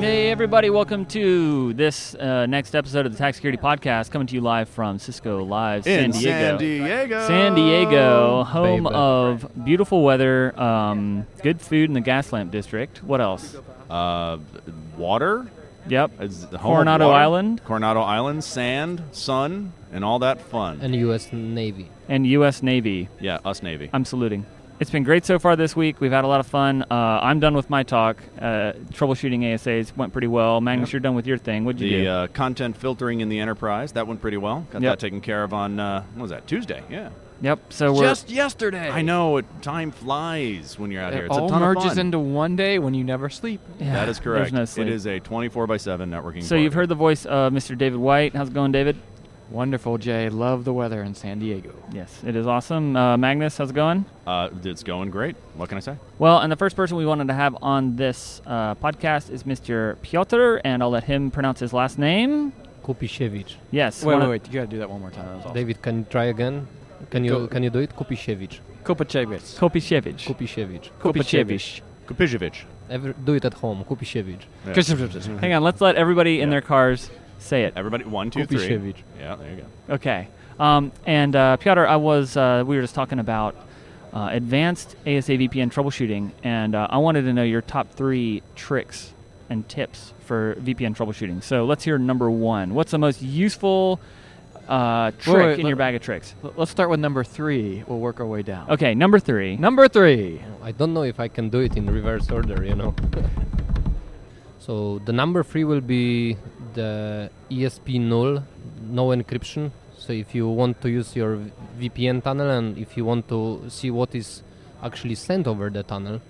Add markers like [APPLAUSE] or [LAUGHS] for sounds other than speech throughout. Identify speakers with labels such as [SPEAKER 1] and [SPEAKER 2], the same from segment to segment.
[SPEAKER 1] Hey, everybody, welcome to this uh, next episode of the Tax Security Podcast, coming to you live from Cisco Live, San
[SPEAKER 2] in
[SPEAKER 1] Diego.
[SPEAKER 2] San Diego.
[SPEAKER 1] San Diego, home
[SPEAKER 3] Baby.
[SPEAKER 1] of beautiful weather, um, good food in the Gaslamp District. What else?
[SPEAKER 2] Uh, water.
[SPEAKER 1] Yep.
[SPEAKER 2] It's the home of
[SPEAKER 1] Coronado
[SPEAKER 2] water.
[SPEAKER 1] Island.
[SPEAKER 2] Coronado Island, sand, sun, and all that fun.
[SPEAKER 3] and U.S. Navy.
[SPEAKER 1] And U.S. Navy.
[SPEAKER 2] yeah, us Navy.
[SPEAKER 1] I'm saluting. It's been great so far this week. We've had a lot of fun. Uh, I'm done with my talk. Uh, troubleshooting ASAs went pretty well. Magnus, you're done with your thing. What'd you
[SPEAKER 2] the
[SPEAKER 1] do?
[SPEAKER 2] uh, content filtering in the enterprise that went pretty well. Got
[SPEAKER 1] Yep.
[SPEAKER 2] that taken care of on uh, what was that Tuesday? Yeah.
[SPEAKER 1] yep. So we're
[SPEAKER 3] Just yesterday.
[SPEAKER 2] I know it, time flies when you're out here.
[SPEAKER 3] It
[SPEAKER 2] It's a
[SPEAKER 3] all
[SPEAKER 2] ton of
[SPEAKER 3] merges
[SPEAKER 2] fun.
[SPEAKER 3] into one day when you never sleep.
[SPEAKER 1] Yeah,
[SPEAKER 2] that is correct.
[SPEAKER 1] There's no sleep.
[SPEAKER 2] It is a 24 by 7 networking.
[SPEAKER 1] So you've
[SPEAKER 2] party.
[SPEAKER 1] heard the voice of Mr. David White. How's it going, David?
[SPEAKER 3] Wonderful, Jay. Love the weather in San Diego.
[SPEAKER 1] Yes, it is awesome. Uh, Magnus, how's it going?
[SPEAKER 2] Uh, it's going great. What can I say?
[SPEAKER 1] Well, and the first person we wanted to have on this uh, podcast is Mr. Piotr, and I'll let him pronounce his last name.
[SPEAKER 4] Kupishevich.
[SPEAKER 1] Yes.
[SPEAKER 5] Wait,
[SPEAKER 1] one
[SPEAKER 5] wait,
[SPEAKER 1] of-
[SPEAKER 5] wait. You gotta do that one more time. That was awesome.
[SPEAKER 4] David, can you try again? Can
[SPEAKER 5] Go-
[SPEAKER 4] you can you do it? Kupishevich.
[SPEAKER 5] Kopachevich.
[SPEAKER 1] Kopishevich.
[SPEAKER 4] Kupishevich.
[SPEAKER 1] Kopishevich.
[SPEAKER 2] Kupishevich.
[SPEAKER 4] Every, do it at home. Kupishevich.
[SPEAKER 2] Yeah.
[SPEAKER 1] Hang on, let's let everybody in
[SPEAKER 2] Yeah.
[SPEAKER 1] their cars say it.
[SPEAKER 2] Everybody, one, two, three.
[SPEAKER 4] Kupishevich.
[SPEAKER 2] Yeah, there you go.
[SPEAKER 1] Okay. Um, and uh, Piotr, I was uh, we were just talking about uh, advanced ASA VPN troubleshooting, and uh, I wanted to know your top three tricks and tips for VPN troubleshooting. So let's hear number one. What's the most useful uh, trick
[SPEAKER 5] wait,
[SPEAKER 1] in
[SPEAKER 5] let-
[SPEAKER 1] your bag of tricks?
[SPEAKER 5] L- Let's start with number three. We'll work our way down.
[SPEAKER 1] Okay, number three.
[SPEAKER 5] Number three.
[SPEAKER 4] I don't know if I can do it in reverse order. You know. [LAUGHS] so the number three will be the ESP null, no encryption. So if you want to use your v- VPN tunnel and if you want to see what is actually sent over the tunnel,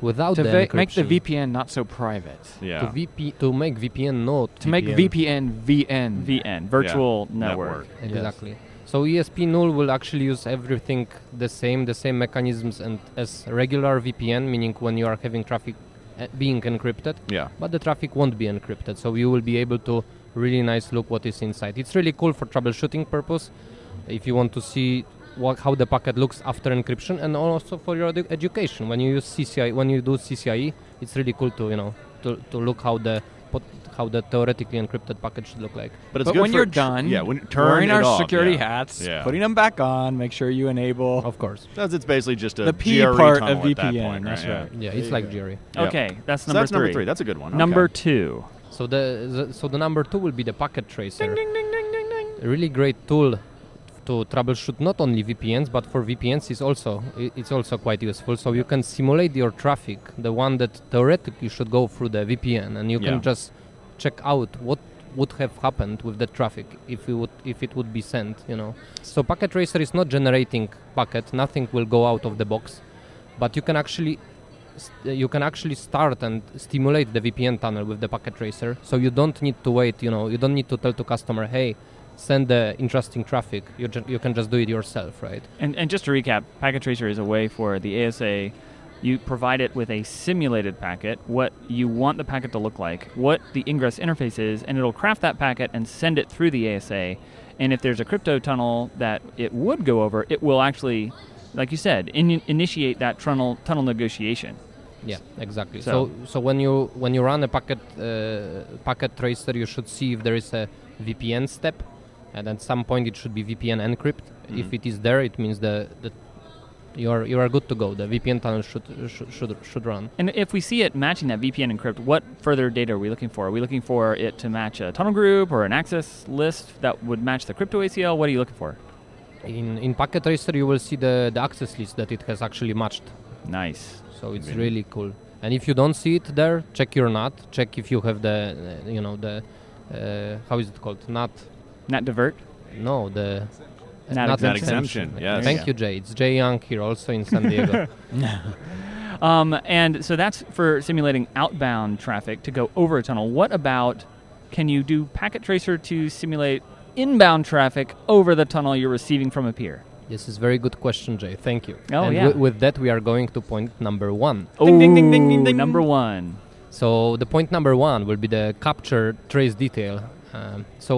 [SPEAKER 4] without
[SPEAKER 5] To
[SPEAKER 4] the
[SPEAKER 5] va-
[SPEAKER 4] encryption,
[SPEAKER 5] make the VPN not so private.
[SPEAKER 2] Yeah.
[SPEAKER 4] to VP to make VPN not
[SPEAKER 5] To make VPN VN.
[SPEAKER 1] VN, virtual network.
[SPEAKER 5] Yes.
[SPEAKER 4] Exactly. So ESP null will actually use everything the same, the same mechanisms and as regular VPN, meaning when you are having traffic uh, being encrypted,
[SPEAKER 2] Yeah.
[SPEAKER 4] but the traffic won't be encrypted. So you will be able to really nice look what is inside. It's really cool for troubleshooting purpose, if you want to see what, how the packet looks after encryption, and also for your edu- education. When you use CCI, when you do CCIE, E, it's really cool to you know to, to look how the pot- how the theoretically encrypted packet should look like.
[SPEAKER 2] But it's
[SPEAKER 5] But
[SPEAKER 2] good
[SPEAKER 5] when
[SPEAKER 2] for
[SPEAKER 5] you're
[SPEAKER 2] tr-
[SPEAKER 5] done,
[SPEAKER 2] yeah, when turn
[SPEAKER 5] wearing
[SPEAKER 2] it
[SPEAKER 5] our
[SPEAKER 2] off,
[SPEAKER 5] security
[SPEAKER 2] yeah.
[SPEAKER 5] hats,
[SPEAKER 2] Yeah. Oh.
[SPEAKER 5] putting them back on, make sure you enable.
[SPEAKER 4] Of course.
[SPEAKER 2] That's it's basically just a
[SPEAKER 5] The P
[SPEAKER 2] GRE
[SPEAKER 5] part
[SPEAKER 2] tunnel
[SPEAKER 5] of
[SPEAKER 2] at that
[SPEAKER 5] VPN,
[SPEAKER 2] point,
[SPEAKER 5] that's
[SPEAKER 2] Yeah.
[SPEAKER 5] right.
[SPEAKER 4] Yeah,
[SPEAKER 5] There
[SPEAKER 4] it's
[SPEAKER 5] you
[SPEAKER 4] like
[SPEAKER 5] go.
[SPEAKER 4] Jerry.
[SPEAKER 2] Yep.
[SPEAKER 1] Okay, that's
[SPEAKER 2] So
[SPEAKER 1] number
[SPEAKER 2] that's
[SPEAKER 1] three.
[SPEAKER 2] number three. That's a good one.
[SPEAKER 1] Number
[SPEAKER 2] okay.
[SPEAKER 1] two.
[SPEAKER 4] So the, the so the number two will be the packet tracer. A really great tool to troubleshoot not only VPNs but for VPNs is also i- it's also quite useful. So you can simulate your traffic, the one that theoretically should go through the VPN, and you
[SPEAKER 2] Yeah.
[SPEAKER 4] can just check out what would have happened with the traffic if it would if it would be sent. You know. So packet tracer is not generating packet. Nothing will go out of the box, but you can actually st- you can actually start and stimulate the VPN tunnel with the packet tracer. So you don't need to wait. You know, you don't need to tell to customer, hey, send the interesting traffic. You ju- you can just do it yourself, right?
[SPEAKER 1] And, and just to recap, Packet Tracer is a way for the ASA. You provide it with a simulated packet, what you want the packet to look like, what the ingress interface is, and it'll craft that packet and send it through the ASA. And if there's a crypto tunnel that it would go over, it will actually, like you said, in- initiate that tunnel tunnel negotiation.
[SPEAKER 4] Yeah, exactly.
[SPEAKER 1] So-
[SPEAKER 4] So so, when you when you run a packet uh, packet tracer, you should see if there is a VPN step, and at some point it should be VPN encrypt. If it is there, it means the the you are you are good to go. The VPN tunnel should should should, should run.
[SPEAKER 1] And if we see it matching that VPN encrypt, what further data are we looking for? Are we looking for it to match a tunnel group or an access list that would match the crypto ACL? What are you looking for?
[SPEAKER 4] In in packet tracer, you will see the the access list that it has actually matched.
[SPEAKER 1] Nice.
[SPEAKER 4] so it's really cool and if you don't see it there check your nut check if you have the uh, you know the uh, how is it called nut
[SPEAKER 1] Not divert.
[SPEAKER 4] no the uh,
[SPEAKER 1] Nut
[SPEAKER 4] nut
[SPEAKER 1] exemption.
[SPEAKER 2] Nut exemption, yes.
[SPEAKER 4] thank
[SPEAKER 2] Yeah.
[SPEAKER 4] you jay it's jay young here also in san
[SPEAKER 1] [LAUGHS]
[SPEAKER 4] diego
[SPEAKER 1] Um, and so that's for simulating outbound traffic to go over a tunnel. What about can you do packet tracer to simulate inbound traffic over the tunnel you're receiving from a peer?
[SPEAKER 4] this is very good question jay thank you
[SPEAKER 1] Oh,
[SPEAKER 4] and
[SPEAKER 1] yeah.
[SPEAKER 4] wi- with that we are going to point number one
[SPEAKER 1] Oh,
[SPEAKER 5] Ding, ding, ding, ding, ding, ding.
[SPEAKER 1] number one.
[SPEAKER 4] So the point number one will be the capture trace detail. Um, so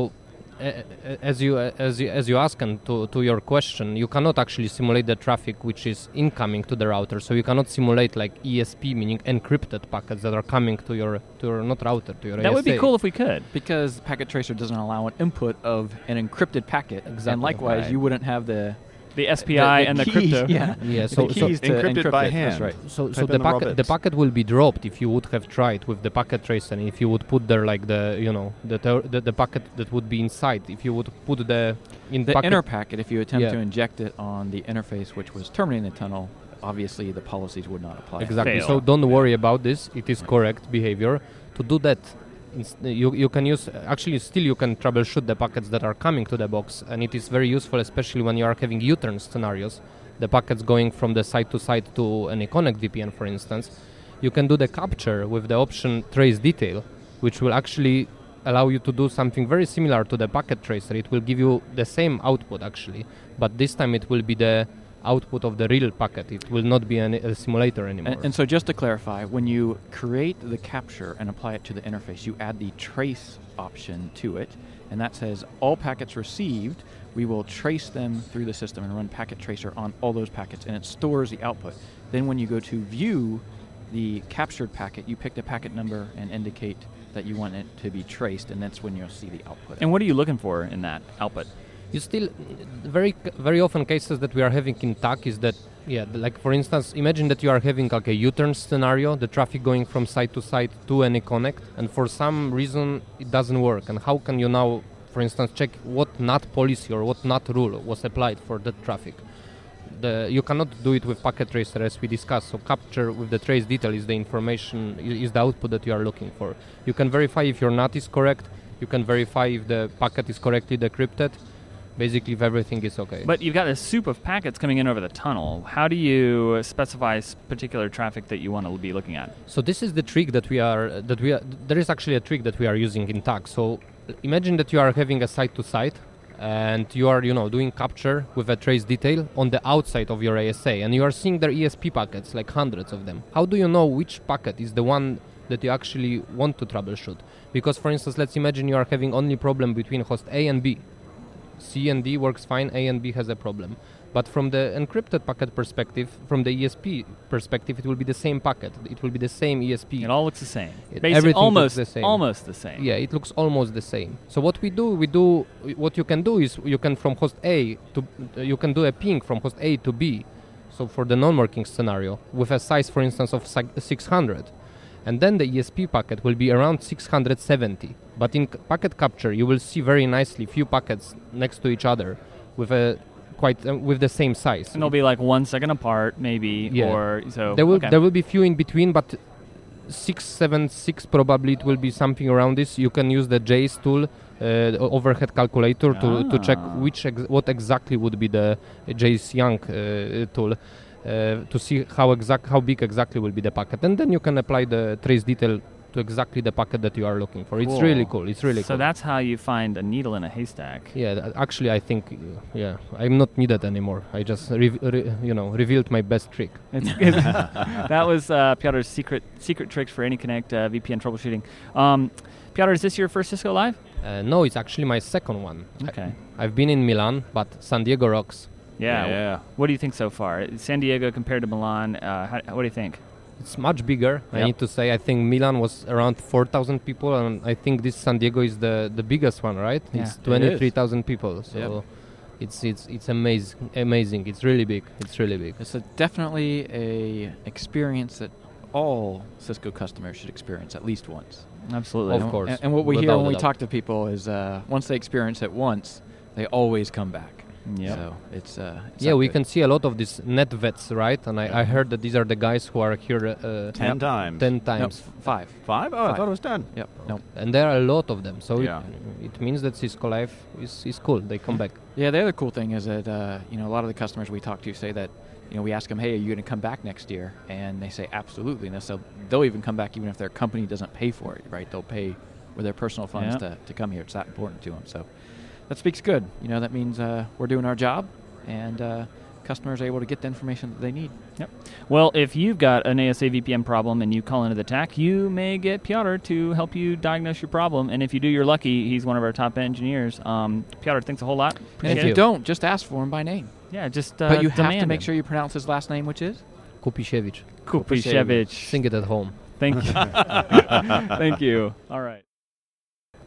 [SPEAKER 4] a- a- as you as you as you ask and to, to your question, you cannot actually simulate the traffic which is incoming to the router. So you cannot simulate like ESP, meaning encrypted packets that are coming to your to your not router to your.
[SPEAKER 1] That would be
[SPEAKER 4] ASA.
[SPEAKER 1] cool if we could.
[SPEAKER 5] Because packet tracer doesn't allow an input of an encrypted packet,
[SPEAKER 4] Exactly.
[SPEAKER 5] and likewise,
[SPEAKER 1] Right.
[SPEAKER 5] you wouldn't have the
[SPEAKER 1] The SPI
[SPEAKER 5] the- the
[SPEAKER 1] and [LAUGHS] the
[SPEAKER 5] key-
[SPEAKER 1] crypto.
[SPEAKER 5] [LAUGHS] Yeah,
[SPEAKER 4] Yeah.
[SPEAKER 5] the
[SPEAKER 4] So so,
[SPEAKER 5] keys to
[SPEAKER 2] Encrypted
[SPEAKER 5] encrypt
[SPEAKER 2] by
[SPEAKER 5] it,
[SPEAKER 2] hand.
[SPEAKER 5] That's right.
[SPEAKER 4] so, so
[SPEAKER 2] Type in
[SPEAKER 4] the
[SPEAKER 2] the raw
[SPEAKER 4] packet the
[SPEAKER 2] bits.
[SPEAKER 4] packet will be dropped if you would have tried with the packet tracer. If you would put there like the you know the ter- the, the packet that would be inside. If you would put the in
[SPEAKER 5] The
[SPEAKER 4] packet
[SPEAKER 5] inner packet, if you attempt
[SPEAKER 4] Yeah.
[SPEAKER 5] to inject it on the interface, which was terminating the tunnel, obviously the policies would not apply.
[SPEAKER 4] Exactly.
[SPEAKER 1] Fail.
[SPEAKER 4] So don't worry about this. It is correct behavior. To do that, ins- you, you can use actually still you can troubleshoot the packets that are coming to the box, and it is very useful, especially when you are having U-turn scenarios. The packets going from the side to side to an Econnect VPN, for instance, you can do the capture with the option trace detail, which will actually allow you to do something very similar to the packet tracer. It will give you the same output actually, but this time it will be the output of the real packet. It will not be an, a simulator anymore.
[SPEAKER 5] And, and so, just to clarify, when you create the capture and apply it to the interface, you add the trace option to it, and that says all packets received, we will trace them through the system and run packet tracer on all those packets, and it stores the output. Then, when you go to view the captured packet, you pick the packet number and indicate that you want it to be traced, and that's when you'll see the output.
[SPEAKER 1] And what are you looking for in that output?
[SPEAKER 4] you still very very often cases that we are having in TAC is that yeah the- like for instance imagine that you are having like a U-turn scenario the traffic going from side to side to any connect and for some reason it doesn't work and how can you now for instance check what NAT policy or what NAT rule was applied for that traffic the, you cannot do it with packet tracer as we discussed so capture with the trace detail is the information i- is the output that you are looking for you can verify if your nat is correct you can verify if the packet is correctly decrypted basically if everything is okay
[SPEAKER 1] But you've got this soup of packets coming in over the tunnel. How do you specify s- particular traffic that you want to be looking at?
[SPEAKER 4] so this is the trick that we are that we are there is actually a trick that we are using in tag so imagine that you are having a site to site and you are you know doing capture with a trace detail on the outside of your asa and you are seeing their esp packets like hundreds of them how do you know which packet is the one that you actually want to troubleshoot because for instance let's imagine you are having only problem between host a and b C and D works fine, A and B has a problem. But from the encrypted packet perspective, from the ESP perspective, it will be the same packet. It will be the same E ESP.
[SPEAKER 1] It all looks the same.
[SPEAKER 4] It-
[SPEAKER 1] Basi-
[SPEAKER 4] everything looks
[SPEAKER 1] almost
[SPEAKER 4] the same.
[SPEAKER 1] Almost the same.
[SPEAKER 4] yeah, it looks almost the same. So what we do, we do what you can do is you can from host A to uh, you can do a ping from host A to B. So for the non-working scenario, with a size, for instance, of si- 600, and then the ESP packet will be around 670. But in c- packet capture, you will see very nicely few packets next to each other, with a quite uh, with the same size.
[SPEAKER 1] And they'll be like one second apart, maybe,
[SPEAKER 4] Yeah.
[SPEAKER 1] or so.
[SPEAKER 4] There will
[SPEAKER 1] okay.
[SPEAKER 4] there will be few in between, but six seven six probably it will be something around this. You can use the JS tool, uh, the o- overhead calculator to, to check
[SPEAKER 1] Ah.
[SPEAKER 4] which ex- what exactly would be the JS Young uh, tool. Uh, to see how exact how big exactly will be the packet, and then you can apply the trace detail to exactly the packet that you are looking for. It's really cool. It's really
[SPEAKER 1] so
[SPEAKER 4] cool.
[SPEAKER 1] that's how you find a needle in a haystack.
[SPEAKER 4] yeah, th- actually, I think uh, yeah, I'm not needed anymore. I just rev- re- you know revealed my best trick. [LAUGHS]
[SPEAKER 1] It's good. that was uh, Piotr's secret secret tricks for AnyConnect uh, VPN troubleshooting. Um, Piotr, is this your first Cisco Live?
[SPEAKER 4] Uh, no, it's actually my second one. I-
[SPEAKER 1] Okay.
[SPEAKER 4] I've been in Milan, but San Diego rocks.
[SPEAKER 1] Yeah.
[SPEAKER 2] Yeah.
[SPEAKER 1] What do you think so far? San Diego compared to Milan, uh, how, what do you think?
[SPEAKER 4] It's much bigger. I
[SPEAKER 1] Yep.
[SPEAKER 4] need to say, I think Milan was around 4,000 people, and I think this San Diego is the, the biggest one, right?
[SPEAKER 1] Yeah.
[SPEAKER 4] It's 23,000 people. So it's it's it's amazing, amazing. It's really big. It's really big.
[SPEAKER 5] It's a, definitely a experience that all Cisco customers should experience at least once.
[SPEAKER 1] Absolutely.
[SPEAKER 4] Of
[SPEAKER 5] And-
[SPEAKER 4] course,
[SPEAKER 5] And, and what we hear
[SPEAKER 4] without
[SPEAKER 5] when
[SPEAKER 4] a
[SPEAKER 5] we
[SPEAKER 4] doubt.
[SPEAKER 5] talk to people is uh, once they experience it once, they always come back.
[SPEAKER 1] Yep.
[SPEAKER 5] So it's, uh, it's
[SPEAKER 4] yeah,
[SPEAKER 5] that
[SPEAKER 4] we
[SPEAKER 5] good.
[SPEAKER 4] can see a lot of these net vets, right? And I, I heard that these are the guys who are here uh,
[SPEAKER 2] Ten times.
[SPEAKER 4] 10
[SPEAKER 5] No,
[SPEAKER 4] times.
[SPEAKER 5] f- five.
[SPEAKER 2] Five? Oh, I
[SPEAKER 5] Five.
[SPEAKER 2] thought it was ten.
[SPEAKER 5] Yep. No.
[SPEAKER 4] And there are a lot of them. So
[SPEAKER 2] Yeah.
[SPEAKER 4] it, it means that Cisco Live is, is cool. They
[SPEAKER 6] Hmm.
[SPEAKER 4] come back.
[SPEAKER 5] Yeah, the other cool thing is that uh, you know a lot of the customers we talk to say that you know we ask them, hey, are you going to come back next year? And they say absolutely, and so they'll even come back even if their company doesn't pay for it, right? They'll pay with their personal funds
[SPEAKER 1] Yeah.
[SPEAKER 5] to, to come here. It's that important to them. So that speaks good. You know that means uh, we're doing our job, and uh, customer is able to get the information that they need.
[SPEAKER 1] Yep. Well, if you've got an ASA VPN problem and you call into the TAC, you may get Piotr to help you diagnose your problem. And if you do, you're lucky. He's one of our top engineers. Um, Piotr, thanks a whole lot.
[SPEAKER 5] And
[SPEAKER 1] Appreciate
[SPEAKER 5] if
[SPEAKER 1] it.
[SPEAKER 5] you don't, just ask for him by name.
[SPEAKER 1] yeah, just uh,
[SPEAKER 5] but you have
[SPEAKER 1] demand
[SPEAKER 5] to make
[SPEAKER 1] him.
[SPEAKER 5] sure you pronounce his last name, which is?
[SPEAKER 4] Kupishevich.
[SPEAKER 1] Kupishevich.
[SPEAKER 4] Sing it at home.
[SPEAKER 1] Thank you.
[SPEAKER 5] [LAUGHS]
[SPEAKER 1] Thank you. All right.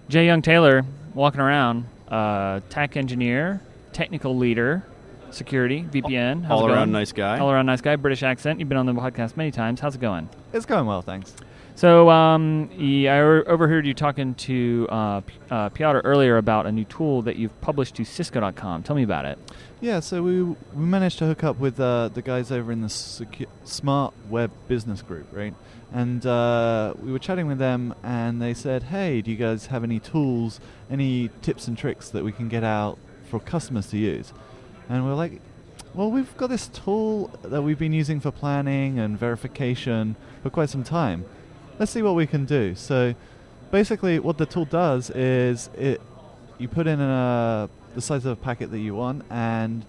[SPEAKER 1] Jay Young Taylor walking around, uh, tech engineer, technical leader, security, VPN. How's
[SPEAKER 2] All
[SPEAKER 1] it
[SPEAKER 2] around
[SPEAKER 1] going?
[SPEAKER 2] nice guy.
[SPEAKER 1] All around nice guy, British accent. You've been on the podcast many times. How's it going?
[SPEAKER 7] It's going well, thanks.
[SPEAKER 1] So um, yeah, I o- overheard you talking to uh, P- uh, Piotr earlier about a new tool that you've published to Cisco.com. Tell me about it.
[SPEAKER 7] Yeah, so we we managed to hook up with uh, the guys over in the secu- Smart Web Business Group, right? And uh, we were chatting with them, and they said, "Hey, do you guys have any tools, any tips and tricks that we can get out for customers to use?" And we're like, "Well, we've got this tool that we've been using for planning and verification for quite some time. Let's see what we can do." So, basically, what the tool does is it you put in a, the size of a packet that you want and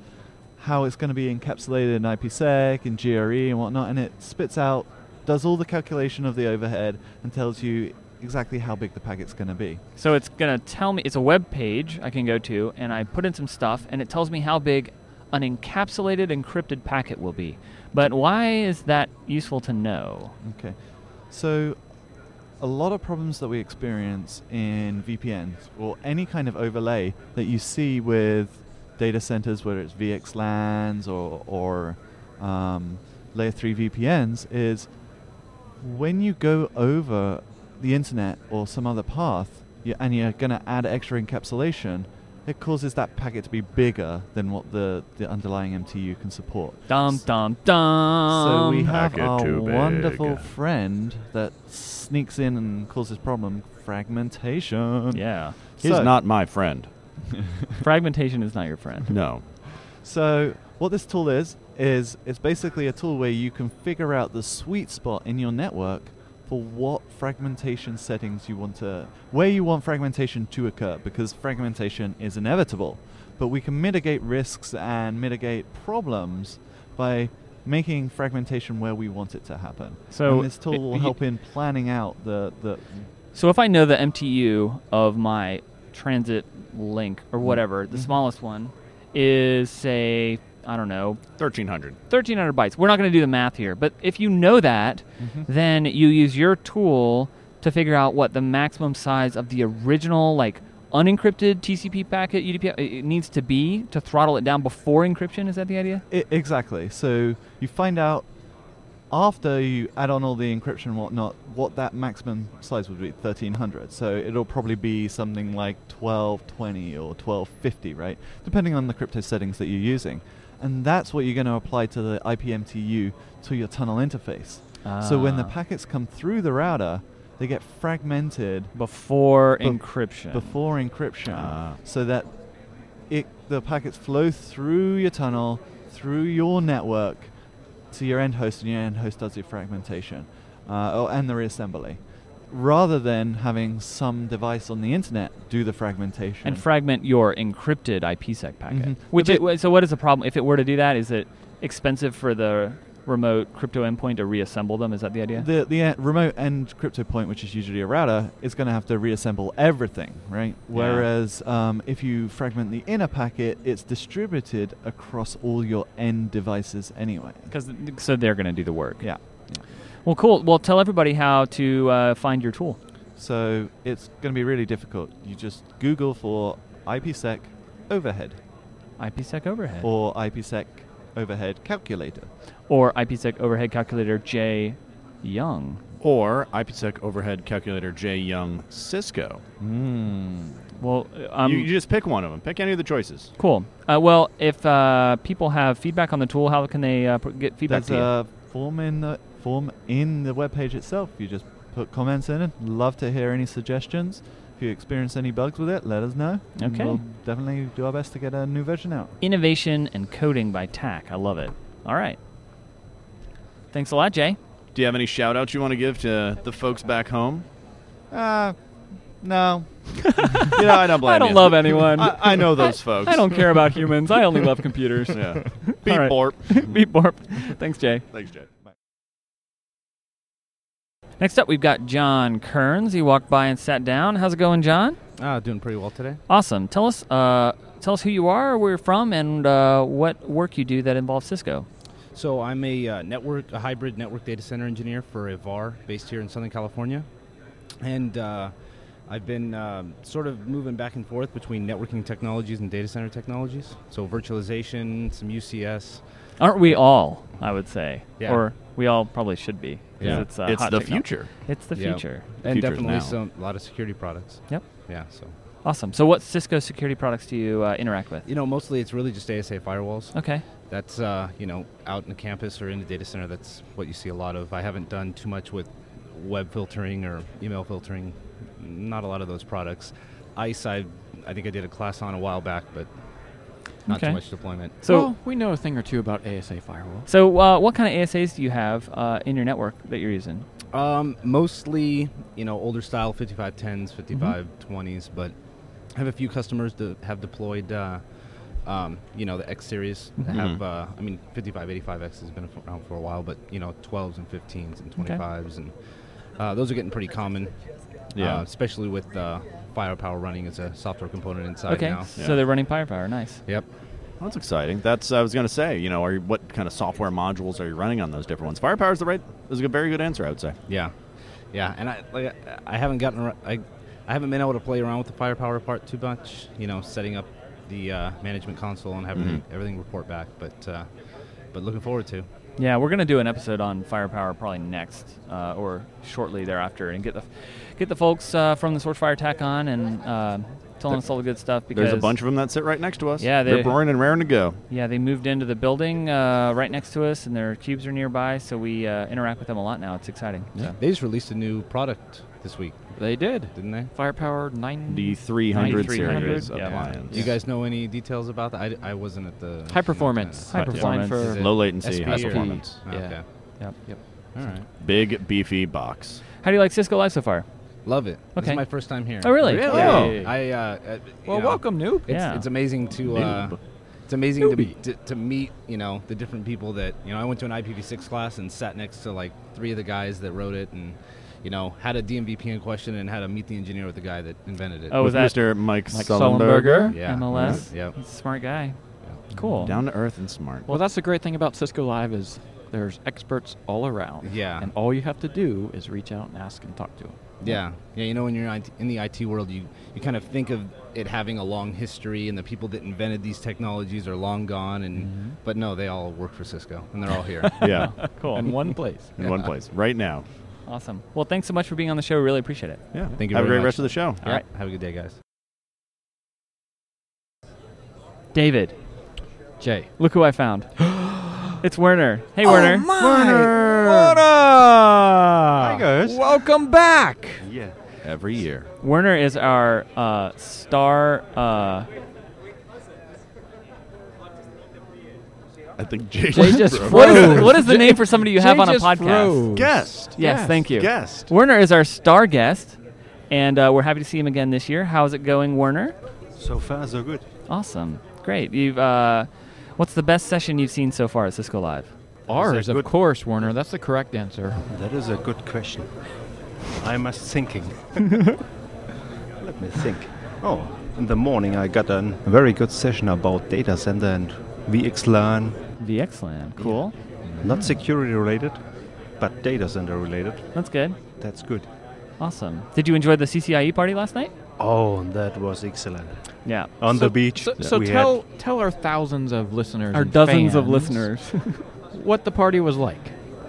[SPEAKER 7] how it's going to be encapsulated in IPsec and GRE and whatnot, and it spits out, does all the calculation of the overhead, and tells you exactly how big the packet's going to be.
[SPEAKER 1] So it's gonna tell me it's a web page I can go to, and I put in some stuff, and it tells me how big an encapsulated encrypted packet will be. But why is that useful to know?
[SPEAKER 7] Okay. So, a lot of problems that we experience in VPNs or any kind of overlay that you see with data centers, whether it's VXLANs or, or um, layer 3 VPNs, is when you go over the internet or some other path you, and you're going to add extra encapsulation, it causes that packet to be bigger than what the, the underlying MTU can support.
[SPEAKER 1] Dum dum dum.
[SPEAKER 7] So Um, we have
[SPEAKER 2] Packet
[SPEAKER 7] our
[SPEAKER 2] too big.
[SPEAKER 7] wonderful friend that sneaks in and causes problem fragmentation.
[SPEAKER 1] yeah,
[SPEAKER 2] He's
[SPEAKER 7] So-
[SPEAKER 2] not my friend.
[SPEAKER 1] fragmentation is not your friend.
[SPEAKER 2] No.
[SPEAKER 7] So what this tool is is it's basically a tool where you can figure out the sweet spot in your network for what fragmentation settings you want to where you want fragmentation to occur because fragmentation is inevitable. But we can mitigate risks and mitigate problems by making fragmentation where we want it to happen.
[SPEAKER 1] So
[SPEAKER 7] and this tool
[SPEAKER 1] it-
[SPEAKER 7] will
[SPEAKER 1] y-
[SPEAKER 7] help in planning out the, the
[SPEAKER 1] So if I know the MTU of my transit link or
[SPEAKER 7] Mm-hmm.
[SPEAKER 1] whatever, the smallest one is say I don't know
[SPEAKER 2] 1300.
[SPEAKER 1] 1300 bytes. We're not going to do the math here, but if you know that,
[SPEAKER 7] Mm-hmm.
[SPEAKER 1] then you use your tool to figure out what the maximum size of the original like unencrypted TCP packet UDP uh, it needs to be to throttle it down before encryption. Is that the idea?
[SPEAKER 7] I- exactly. So you find out after you add on all the encryption and whatnot what that maximum size would be 1300 so it'll probably be something like 1220 or 1250 right depending on the crypto settings that you're using and that's what you're going to apply to the ipmtu to your tunnel interface so when the
[SPEAKER 1] Ah.
[SPEAKER 7] packets come through the router they get fragmented
[SPEAKER 1] Before
[SPEAKER 7] Bef-
[SPEAKER 1] encryption.
[SPEAKER 7] before encryption
[SPEAKER 2] Ah.
[SPEAKER 7] so that it the packets flow through your tunnel through your network to your end host and your end host does your fragmentation uh, oh, and the reassembly rather than having some device on the internet do the fragmentation
[SPEAKER 1] and fragment your encrypted IPsec packet.
[SPEAKER 7] Mhm.
[SPEAKER 1] Which
[SPEAKER 7] But
[SPEAKER 1] it, wa- so what is the problem if it were to do that? Is it expensive for the remote crypto endpoint to reassemble them? Is that the idea?
[SPEAKER 7] the the uh, remote end crypto point, which is usually a router, is going to have to reassemble everything, right? Whereas um, if you fragment the inner packet, it's distributed across all your end devices anyway.
[SPEAKER 1] Because so they're going to do the work.
[SPEAKER 7] Yeah.
[SPEAKER 1] Well, cool. Well, tell everybody how to uh, find your tool.
[SPEAKER 7] So it's going to be really difficult. You just Google for IPsec overhead
[SPEAKER 1] IPsec overhead or,
[SPEAKER 7] or IPsec overhead calculator.
[SPEAKER 1] IPsec overhead calculator J Young.
[SPEAKER 2] Or IPsec E overhead calculator J Young Cisco.
[SPEAKER 8] Hmm.
[SPEAKER 1] Well, uh, um,
[SPEAKER 2] you, you just pick one of them. Pick any of the choices.
[SPEAKER 1] cool. Uh, well, if uh, people have feedback on the tool, how can they uh, pr- get feedback
[SPEAKER 7] There's
[SPEAKER 1] to you?
[SPEAKER 7] a form in the form in the webpage itself. You just put comments in it. Love to hear any suggestions. If you experience any bugs with it, let us know. and
[SPEAKER 1] Okay.
[SPEAKER 7] We'll definitely do our best to get a new version out.
[SPEAKER 1] Innovation and coding by TAC. I love it. All right. Thanks a lot, Jay.
[SPEAKER 2] Do you have any shout outs you want to give to the folks back home?
[SPEAKER 7] Uh, No.
[SPEAKER 2] [LAUGHS]
[SPEAKER 7] you know,
[SPEAKER 5] [LAUGHS]
[SPEAKER 7] I don't blame
[SPEAKER 1] I don't
[SPEAKER 7] you.
[SPEAKER 1] love anyone.
[SPEAKER 7] I, I know those folks.
[SPEAKER 1] I don't care about humans. I only love computers. [LAUGHS]
[SPEAKER 7] Yeah.
[SPEAKER 1] All
[SPEAKER 7] Beep
[SPEAKER 1] right.
[SPEAKER 7] borp.
[SPEAKER 1] Beep borp. Thanks, Jay.
[SPEAKER 7] Thanks, Jay. Bye.
[SPEAKER 1] Next up, we've got John Kearns. He walked by and sat down. How's it going, John?
[SPEAKER 6] Ah, doing pretty well today.
[SPEAKER 1] Awesome. Tell us, uh, tell us who you are, where you're from, and uh, what work you do that involves Cisco.
[SPEAKER 6] So I'm a uh, network, a hybrid network data center engineer for Ivar, based here in Southern California, and uh, I've been um sort of moving back and forth between networking technologies and data center technologies. So virtualization, some UCS.
[SPEAKER 1] Aren't we all? I would say,
[SPEAKER 6] Yeah.
[SPEAKER 1] or we all probably should be. 'cause
[SPEAKER 6] Yeah.
[SPEAKER 1] It's, uh,
[SPEAKER 2] it's
[SPEAKER 1] hot
[SPEAKER 2] the
[SPEAKER 1] techno-
[SPEAKER 2] future.
[SPEAKER 1] It's the
[SPEAKER 6] Yeah.
[SPEAKER 1] future.
[SPEAKER 6] and
[SPEAKER 2] Future's
[SPEAKER 6] definitely
[SPEAKER 2] now.
[SPEAKER 6] some a lot of security products.
[SPEAKER 1] Yep.
[SPEAKER 6] Yeah. So
[SPEAKER 1] Awesome. So, what Cisco security products do you uh, interact with?
[SPEAKER 6] you know, mostly it's really just ASA firewalls.
[SPEAKER 1] Okay.
[SPEAKER 6] That's uh, you know out in the campus or in the data center. That's what you see a lot of. I haven't done too much with web filtering or email filtering. Not a lot of those products. Ice, I I think I did a class on a while back, but not
[SPEAKER 1] Okay.
[SPEAKER 6] too much deployment.
[SPEAKER 1] So,
[SPEAKER 5] well, we know a thing or two about ASA firewall.
[SPEAKER 1] so uh, what kind of ASAs do you have uh, in your network that you're using?
[SPEAKER 6] Um, mostly you know older style 5510s, 5520s, but I have a few customers that have deployed. Uh, um, you know the X series that have. Uh, I mean, 5585X has been af- around for a while, but you know 12s and 15s and 25s and uh, those are getting pretty common.
[SPEAKER 2] Yeah.
[SPEAKER 6] uh, especially with uh, firepower running as a software component inside
[SPEAKER 1] okay.
[SPEAKER 6] now.
[SPEAKER 1] So they're running Firepower. Nice.
[SPEAKER 6] Yep.
[SPEAKER 2] Well, that's exciting. That's I was going to say. You know, are you, what kind of software modules are you running on those different ones? Firepower is the right. Is a very good answer, I would say.
[SPEAKER 6] Yeah, yeah, and I like I haven't gotten ar- I I haven't been able to play around with the firepower part too much. You know, setting up the uh, management console and having
[SPEAKER 1] Mm-hmm.
[SPEAKER 6] everything report back, but uh, but looking forward to.
[SPEAKER 1] Yeah, we're gonna do an episode on firepower probably next uh, or shortly thereafter, and get the get the folks uh, from the Source Fire Attack on and uh, telling us all the good stuff. Because
[SPEAKER 2] There's a bunch of them that sit right next to us.
[SPEAKER 1] Yeah,
[SPEAKER 2] they're
[SPEAKER 1] they-
[SPEAKER 2] roaring and raring to go.
[SPEAKER 1] yeah, they moved into the building uh, right next to us, and their cubes are nearby, so we uh, interact with them a lot now. It's exciting. So.
[SPEAKER 6] They just released a new product this week,
[SPEAKER 5] They did.
[SPEAKER 6] didn't they?
[SPEAKER 5] Firepower 9.
[SPEAKER 2] The 300 series
[SPEAKER 1] 9300, yeah.
[SPEAKER 2] appliance.
[SPEAKER 6] Do you guys know any details about that? I, d- I wasn't at the
[SPEAKER 5] High performance.
[SPEAKER 1] High
[SPEAKER 5] Designed
[SPEAKER 1] performance.
[SPEAKER 5] for
[SPEAKER 2] Low latency, high
[SPEAKER 6] SP or-
[SPEAKER 2] performance.
[SPEAKER 6] Oh,
[SPEAKER 5] Yeah.
[SPEAKER 6] Okay.
[SPEAKER 1] Yep.
[SPEAKER 6] All right.
[SPEAKER 2] Big beefy box.
[SPEAKER 1] How do you like Cisco Live so far?
[SPEAKER 6] Love it. This
[SPEAKER 1] Okay.
[SPEAKER 6] is my first time here.
[SPEAKER 1] Oh, really?
[SPEAKER 5] Really?
[SPEAKER 6] Yeah.
[SPEAKER 5] Oh.
[SPEAKER 6] I, uh, uh, you
[SPEAKER 5] Well,
[SPEAKER 6] know,
[SPEAKER 5] welcome, noob.
[SPEAKER 6] It's,
[SPEAKER 1] Yeah.
[SPEAKER 6] it's amazing to uh,
[SPEAKER 2] Noob.
[SPEAKER 6] it's amazing to, to to meet you know the different people that you know. I went to an IPv6 class and sat next to like three of the guys that wrote it, and you know had a DMVPN question and had to meet the engineer with the guy that invented it.
[SPEAKER 1] Oh, was that
[SPEAKER 2] With Mr. Mike,
[SPEAKER 5] Mike
[SPEAKER 2] Sullenberger?
[SPEAKER 5] Sullenberger.
[SPEAKER 6] yeah,
[SPEAKER 1] MLS?
[SPEAKER 6] Yep.
[SPEAKER 1] He's a smart guy.
[SPEAKER 6] Yeah.
[SPEAKER 1] Cool.
[SPEAKER 2] Down to earth and smart.
[SPEAKER 5] Well, that's the great thing about Cisco Live is there's experts all around.
[SPEAKER 6] Yeah.
[SPEAKER 5] And all you have to do is reach out and ask and talk to them.
[SPEAKER 6] Yeah, yeah. You know, when you're IT in the IT world, you you kind of think of it having a long history, and the people that invented these technologies are long gone. And but no, they all work for Cisco, and they're all here.
[SPEAKER 2] yeah,
[SPEAKER 1] Cool.
[SPEAKER 5] In one place.
[SPEAKER 2] in one place, right now.
[SPEAKER 1] Awesome. Well, thanks so much for being on the show. Really appreciate it.
[SPEAKER 2] Yeah.
[SPEAKER 6] Thank you
[SPEAKER 2] Have a
[SPEAKER 6] very
[SPEAKER 2] great
[SPEAKER 6] much.
[SPEAKER 2] rest of the show.
[SPEAKER 6] all right, have a good day, guys.
[SPEAKER 1] David,
[SPEAKER 3] Jay.
[SPEAKER 1] look who I found. it's Werner. Hey, Werner.
[SPEAKER 3] Werner. What up?
[SPEAKER 7] Hi, guys.
[SPEAKER 3] Welcome back.
[SPEAKER 2] Yeah. Every year.
[SPEAKER 1] Werner is our uh, star. Uh,
[SPEAKER 2] I think Jay
[SPEAKER 3] Jay just froze.
[SPEAKER 1] what, is, what is the name for somebody you have
[SPEAKER 3] Jay
[SPEAKER 1] on a
[SPEAKER 3] just
[SPEAKER 1] podcast?
[SPEAKER 3] froze.
[SPEAKER 2] guest.
[SPEAKER 1] Yes,
[SPEAKER 2] Guest.
[SPEAKER 1] thank you.
[SPEAKER 2] Guest.
[SPEAKER 1] Werner is our star guest, and uh, we're happy to see him again this year. How's it going, Werner?
[SPEAKER 8] So far, so good.
[SPEAKER 1] Awesome. Great. You've. Uh, what's the best session you've seen so far at Cisco Live?
[SPEAKER 5] Ours,
[SPEAKER 8] Is that
[SPEAKER 5] of
[SPEAKER 8] good?
[SPEAKER 5] course, Werner. That's the correct answer.
[SPEAKER 8] That is a good question. I must
[SPEAKER 7] [LAUGHS]
[SPEAKER 8] thinking. Let me think. Oh, in the morning I got a very good session about data center and VXLAN.
[SPEAKER 1] VXLAN. Cool.
[SPEAKER 8] Not security related, but data center related.
[SPEAKER 1] That's good.
[SPEAKER 8] That's good.
[SPEAKER 1] Awesome. Did you enjoy the CCIE E party last night?
[SPEAKER 8] Oh, that was excellent.
[SPEAKER 1] Yeah.
[SPEAKER 8] On
[SPEAKER 5] So-
[SPEAKER 8] the beach.
[SPEAKER 5] So, so
[SPEAKER 8] we had-
[SPEAKER 5] tell tell our thousands of listeners,
[SPEAKER 1] Our
[SPEAKER 5] and
[SPEAKER 1] dozens of
[SPEAKER 5] fans
[SPEAKER 1] listeners.
[SPEAKER 5] what the party was like.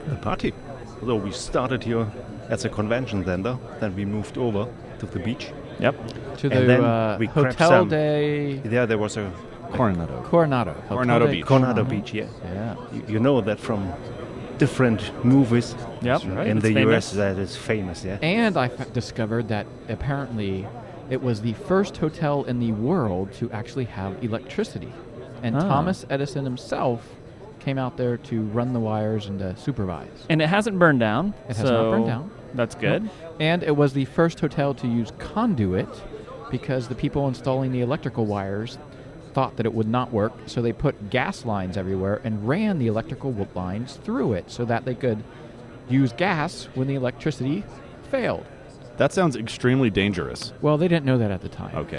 [SPEAKER 8] The party. So we started here at the convention center, then we moved over to the beach.
[SPEAKER 1] yep.
[SPEAKER 5] To
[SPEAKER 8] And
[SPEAKER 5] the
[SPEAKER 8] then
[SPEAKER 5] uh,
[SPEAKER 8] we grabbed
[SPEAKER 5] Hotel
[SPEAKER 8] some-
[SPEAKER 5] de
[SPEAKER 8] There, there was a
[SPEAKER 2] Coronado.
[SPEAKER 5] Coronado. Hotel
[SPEAKER 2] Coronado
[SPEAKER 5] de
[SPEAKER 2] Beach.
[SPEAKER 8] Coronado Beach, yeah.
[SPEAKER 5] Yeah.
[SPEAKER 8] You, you know that from different movies
[SPEAKER 1] Yep.
[SPEAKER 8] in
[SPEAKER 1] It's
[SPEAKER 8] the
[SPEAKER 1] famous.
[SPEAKER 8] US that is famous, yeah.
[SPEAKER 5] And I f- discovered that apparently it was the first hotel in the world to actually have electricity. And
[SPEAKER 1] Oh.
[SPEAKER 5] Thomas Edison himself came out there to run the wires and to supervise.
[SPEAKER 1] And it hasn't burned down.
[SPEAKER 5] It has not burned
[SPEAKER 1] so
[SPEAKER 5] down.
[SPEAKER 1] That's good.
[SPEAKER 5] And it was the first hotel to use conduit because the people installing the electrical wires thought that it would not work, so they put gas lines everywhere and ran the electrical w- lines through it so that they could use gas when the electricity failed.
[SPEAKER 2] That sounds extremely dangerous.
[SPEAKER 5] Well, they didn't know that at the time.
[SPEAKER 2] Okay.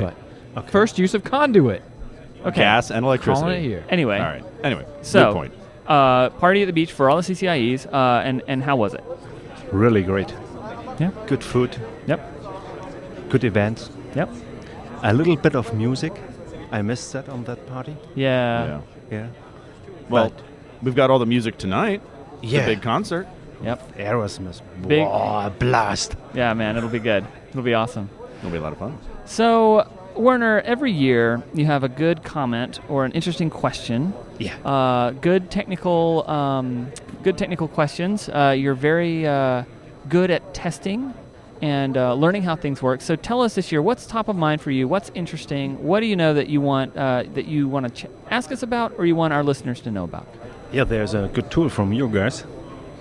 [SPEAKER 5] But first use of conduit.
[SPEAKER 1] Okay.
[SPEAKER 2] Gas and electricity.
[SPEAKER 5] Calling it here.
[SPEAKER 1] Anyway.
[SPEAKER 2] All right. Anyway,
[SPEAKER 1] So,
[SPEAKER 2] good point.
[SPEAKER 1] Uh, party at the beach for all the CCIEs. Uh, and and how was it?
[SPEAKER 8] Really great.
[SPEAKER 1] Yeah.
[SPEAKER 8] Good food,
[SPEAKER 1] Yep.
[SPEAKER 8] good events,
[SPEAKER 1] Yep.
[SPEAKER 8] a little bit of music. I missed that on that party.
[SPEAKER 1] Yeah.
[SPEAKER 8] Yeah.
[SPEAKER 2] Well, we've got all the music tonight.
[SPEAKER 8] Yeah.
[SPEAKER 2] The big concert.
[SPEAKER 1] Yep.
[SPEAKER 8] Aerosmith.
[SPEAKER 1] Big-
[SPEAKER 8] Whoa, blast.
[SPEAKER 1] Yeah, man. It'll be good. It'll be awesome.
[SPEAKER 2] It'll be a lot of fun.
[SPEAKER 1] So, Werner, every year you have a good comment or an interesting question.
[SPEAKER 8] Yeah.
[SPEAKER 1] Uh, good technical, um, good technical questions. Uh, you're very uh, good at testing and uh, learning how things work. So, tell us this year what's top of mind for you. What's interesting? What do you know that you want uh, that you want to ch- ask us about, or you want our listeners to know about?
[SPEAKER 8] Yeah, there's a good tool from you guys,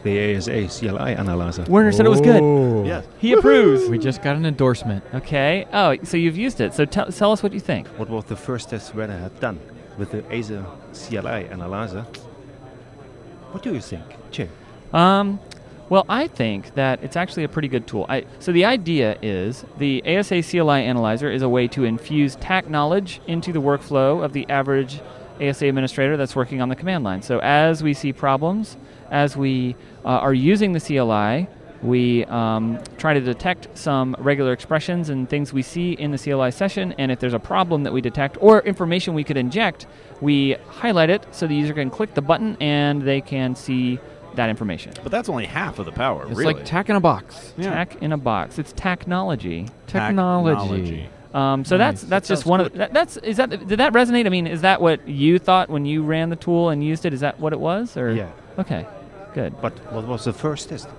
[SPEAKER 8] the ASA CLI analyzer.
[SPEAKER 1] Werner said it was good.
[SPEAKER 2] Yes.
[SPEAKER 1] He approves.
[SPEAKER 5] We just got an endorsement.
[SPEAKER 1] Okay. Oh, so you've used it. So tell tell us what you think.
[SPEAKER 8] What was the first test Werner had done with the ASA CLI analyzer? What do you think, Jay?
[SPEAKER 1] Um, well, I think that it's actually a pretty good tool. I, so the idea is the ASA CLI analyzer is a way to infuse TAC knowledge into the workflow of the average ASA administrator that's working on the command line. So as we see problems, as we uh, are using the CLI, we um, try to detect some regular expressions and things we see in the CLI session, and if there's a problem that we detect or information we could inject, we highlight it so the user can click the button and they can see that information.
[SPEAKER 2] But that's only half of the power,
[SPEAKER 5] It's
[SPEAKER 2] really.
[SPEAKER 5] like tack in a box.
[SPEAKER 2] Yeah.
[SPEAKER 1] Tack in a box. It's technology.
[SPEAKER 2] Technology.
[SPEAKER 1] Um, so that's that's
[SPEAKER 5] Nice.
[SPEAKER 2] That
[SPEAKER 1] just
[SPEAKER 2] sounds
[SPEAKER 1] one of
[SPEAKER 2] good.
[SPEAKER 1] that, that's is that did that resonate? I mean, is that what you thought when you ran the tool and used it? Is that what it was? Or
[SPEAKER 8] Yeah.
[SPEAKER 1] okay, good.
[SPEAKER 8] But what was the first test?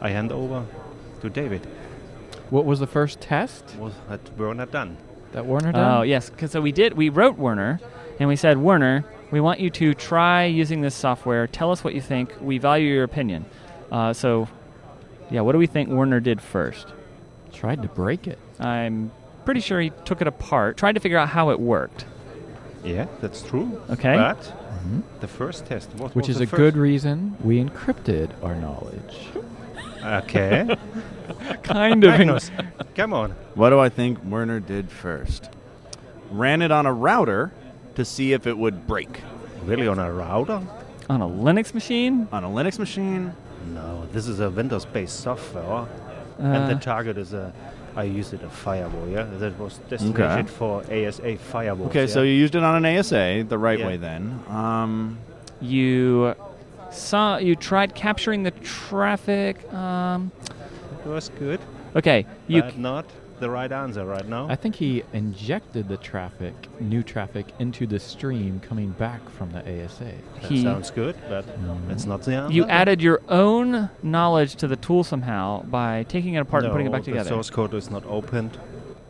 [SPEAKER 8] I hand over to David.
[SPEAKER 5] What was the first test
[SPEAKER 8] What had Werner done?
[SPEAKER 5] that Warner did?
[SPEAKER 1] Oh yes, 'cause so we did. We wrote Werner, and we said, Werner, we want you to try using this software. Tell us what you think. We value your opinion. Uh, so, yeah, what do we think Werner did first?
[SPEAKER 5] Tried to break it.
[SPEAKER 1] I'm pretty sure he took it apart, tried to figure out how it
[SPEAKER 2] [LAUGHS]
[SPEAKER 1] worked.
[SPEAKER 8] Yeah, that's true.
[SPEAKER 1] Okay.
[SPEAKER 8] But the first test, what
[SPEAKER 5] Which
[SPEAKER 8] was
[SPEAKER 5] is
[SPEAKER 8] the
[SPEAKER 5] a
[SPEAKER 8] first?
[SPEAKER 5] good reason we encrypted our knowledge.
[SPEAKER 8] Okay.
[SPEAKER 1] Kind of.
[SPEAKER 8] Magnus, come on.
[SPEAKER 2] What do I think Werner did first? Ran it on a router to see if it would break.
[SPEAKER 8] Really on a router?
[SPEAKER 1] on a Linux machine.
[SPEAKER 2] On a Linux machine,
[SPEAKER 8] No, this is a Windows-based software,
[SPEAKER 1] Uh,
[SPEAKER 8] and the target is a. I used it a firewall. Yeah, that was designated for ASA firewall.
[SPEAKER 2] Okay, so you used it on an ASA the right
[SPEAKER 8] Yeah.
[SPEAKER 2] way then. Um,
[SPEAKER 1] you saw you tried capturing the traffic. Um,
[SPEAKER 8] it was good,
[SPEAKER 1] okay, you
[SPEAKER 8] but not the right answer right now.
[SPEAKER 5] I think he injected the traffic, new traffic, into the stream coming back from the ASA.
[SPEAKER 8] that
[SPEAKER 1] he-
[SPEAKER 8] sounds good, but it's not the answer.
[SPEAKER 1] you added your own knowledge to the tool somehow by taking it apart
[SPEAKER 8] no,
[SPEAKER 1] and putting it back
[SPEAKER 8] The
[SPEAKER 1] together.
[SPEAKER 8] source code is not opened.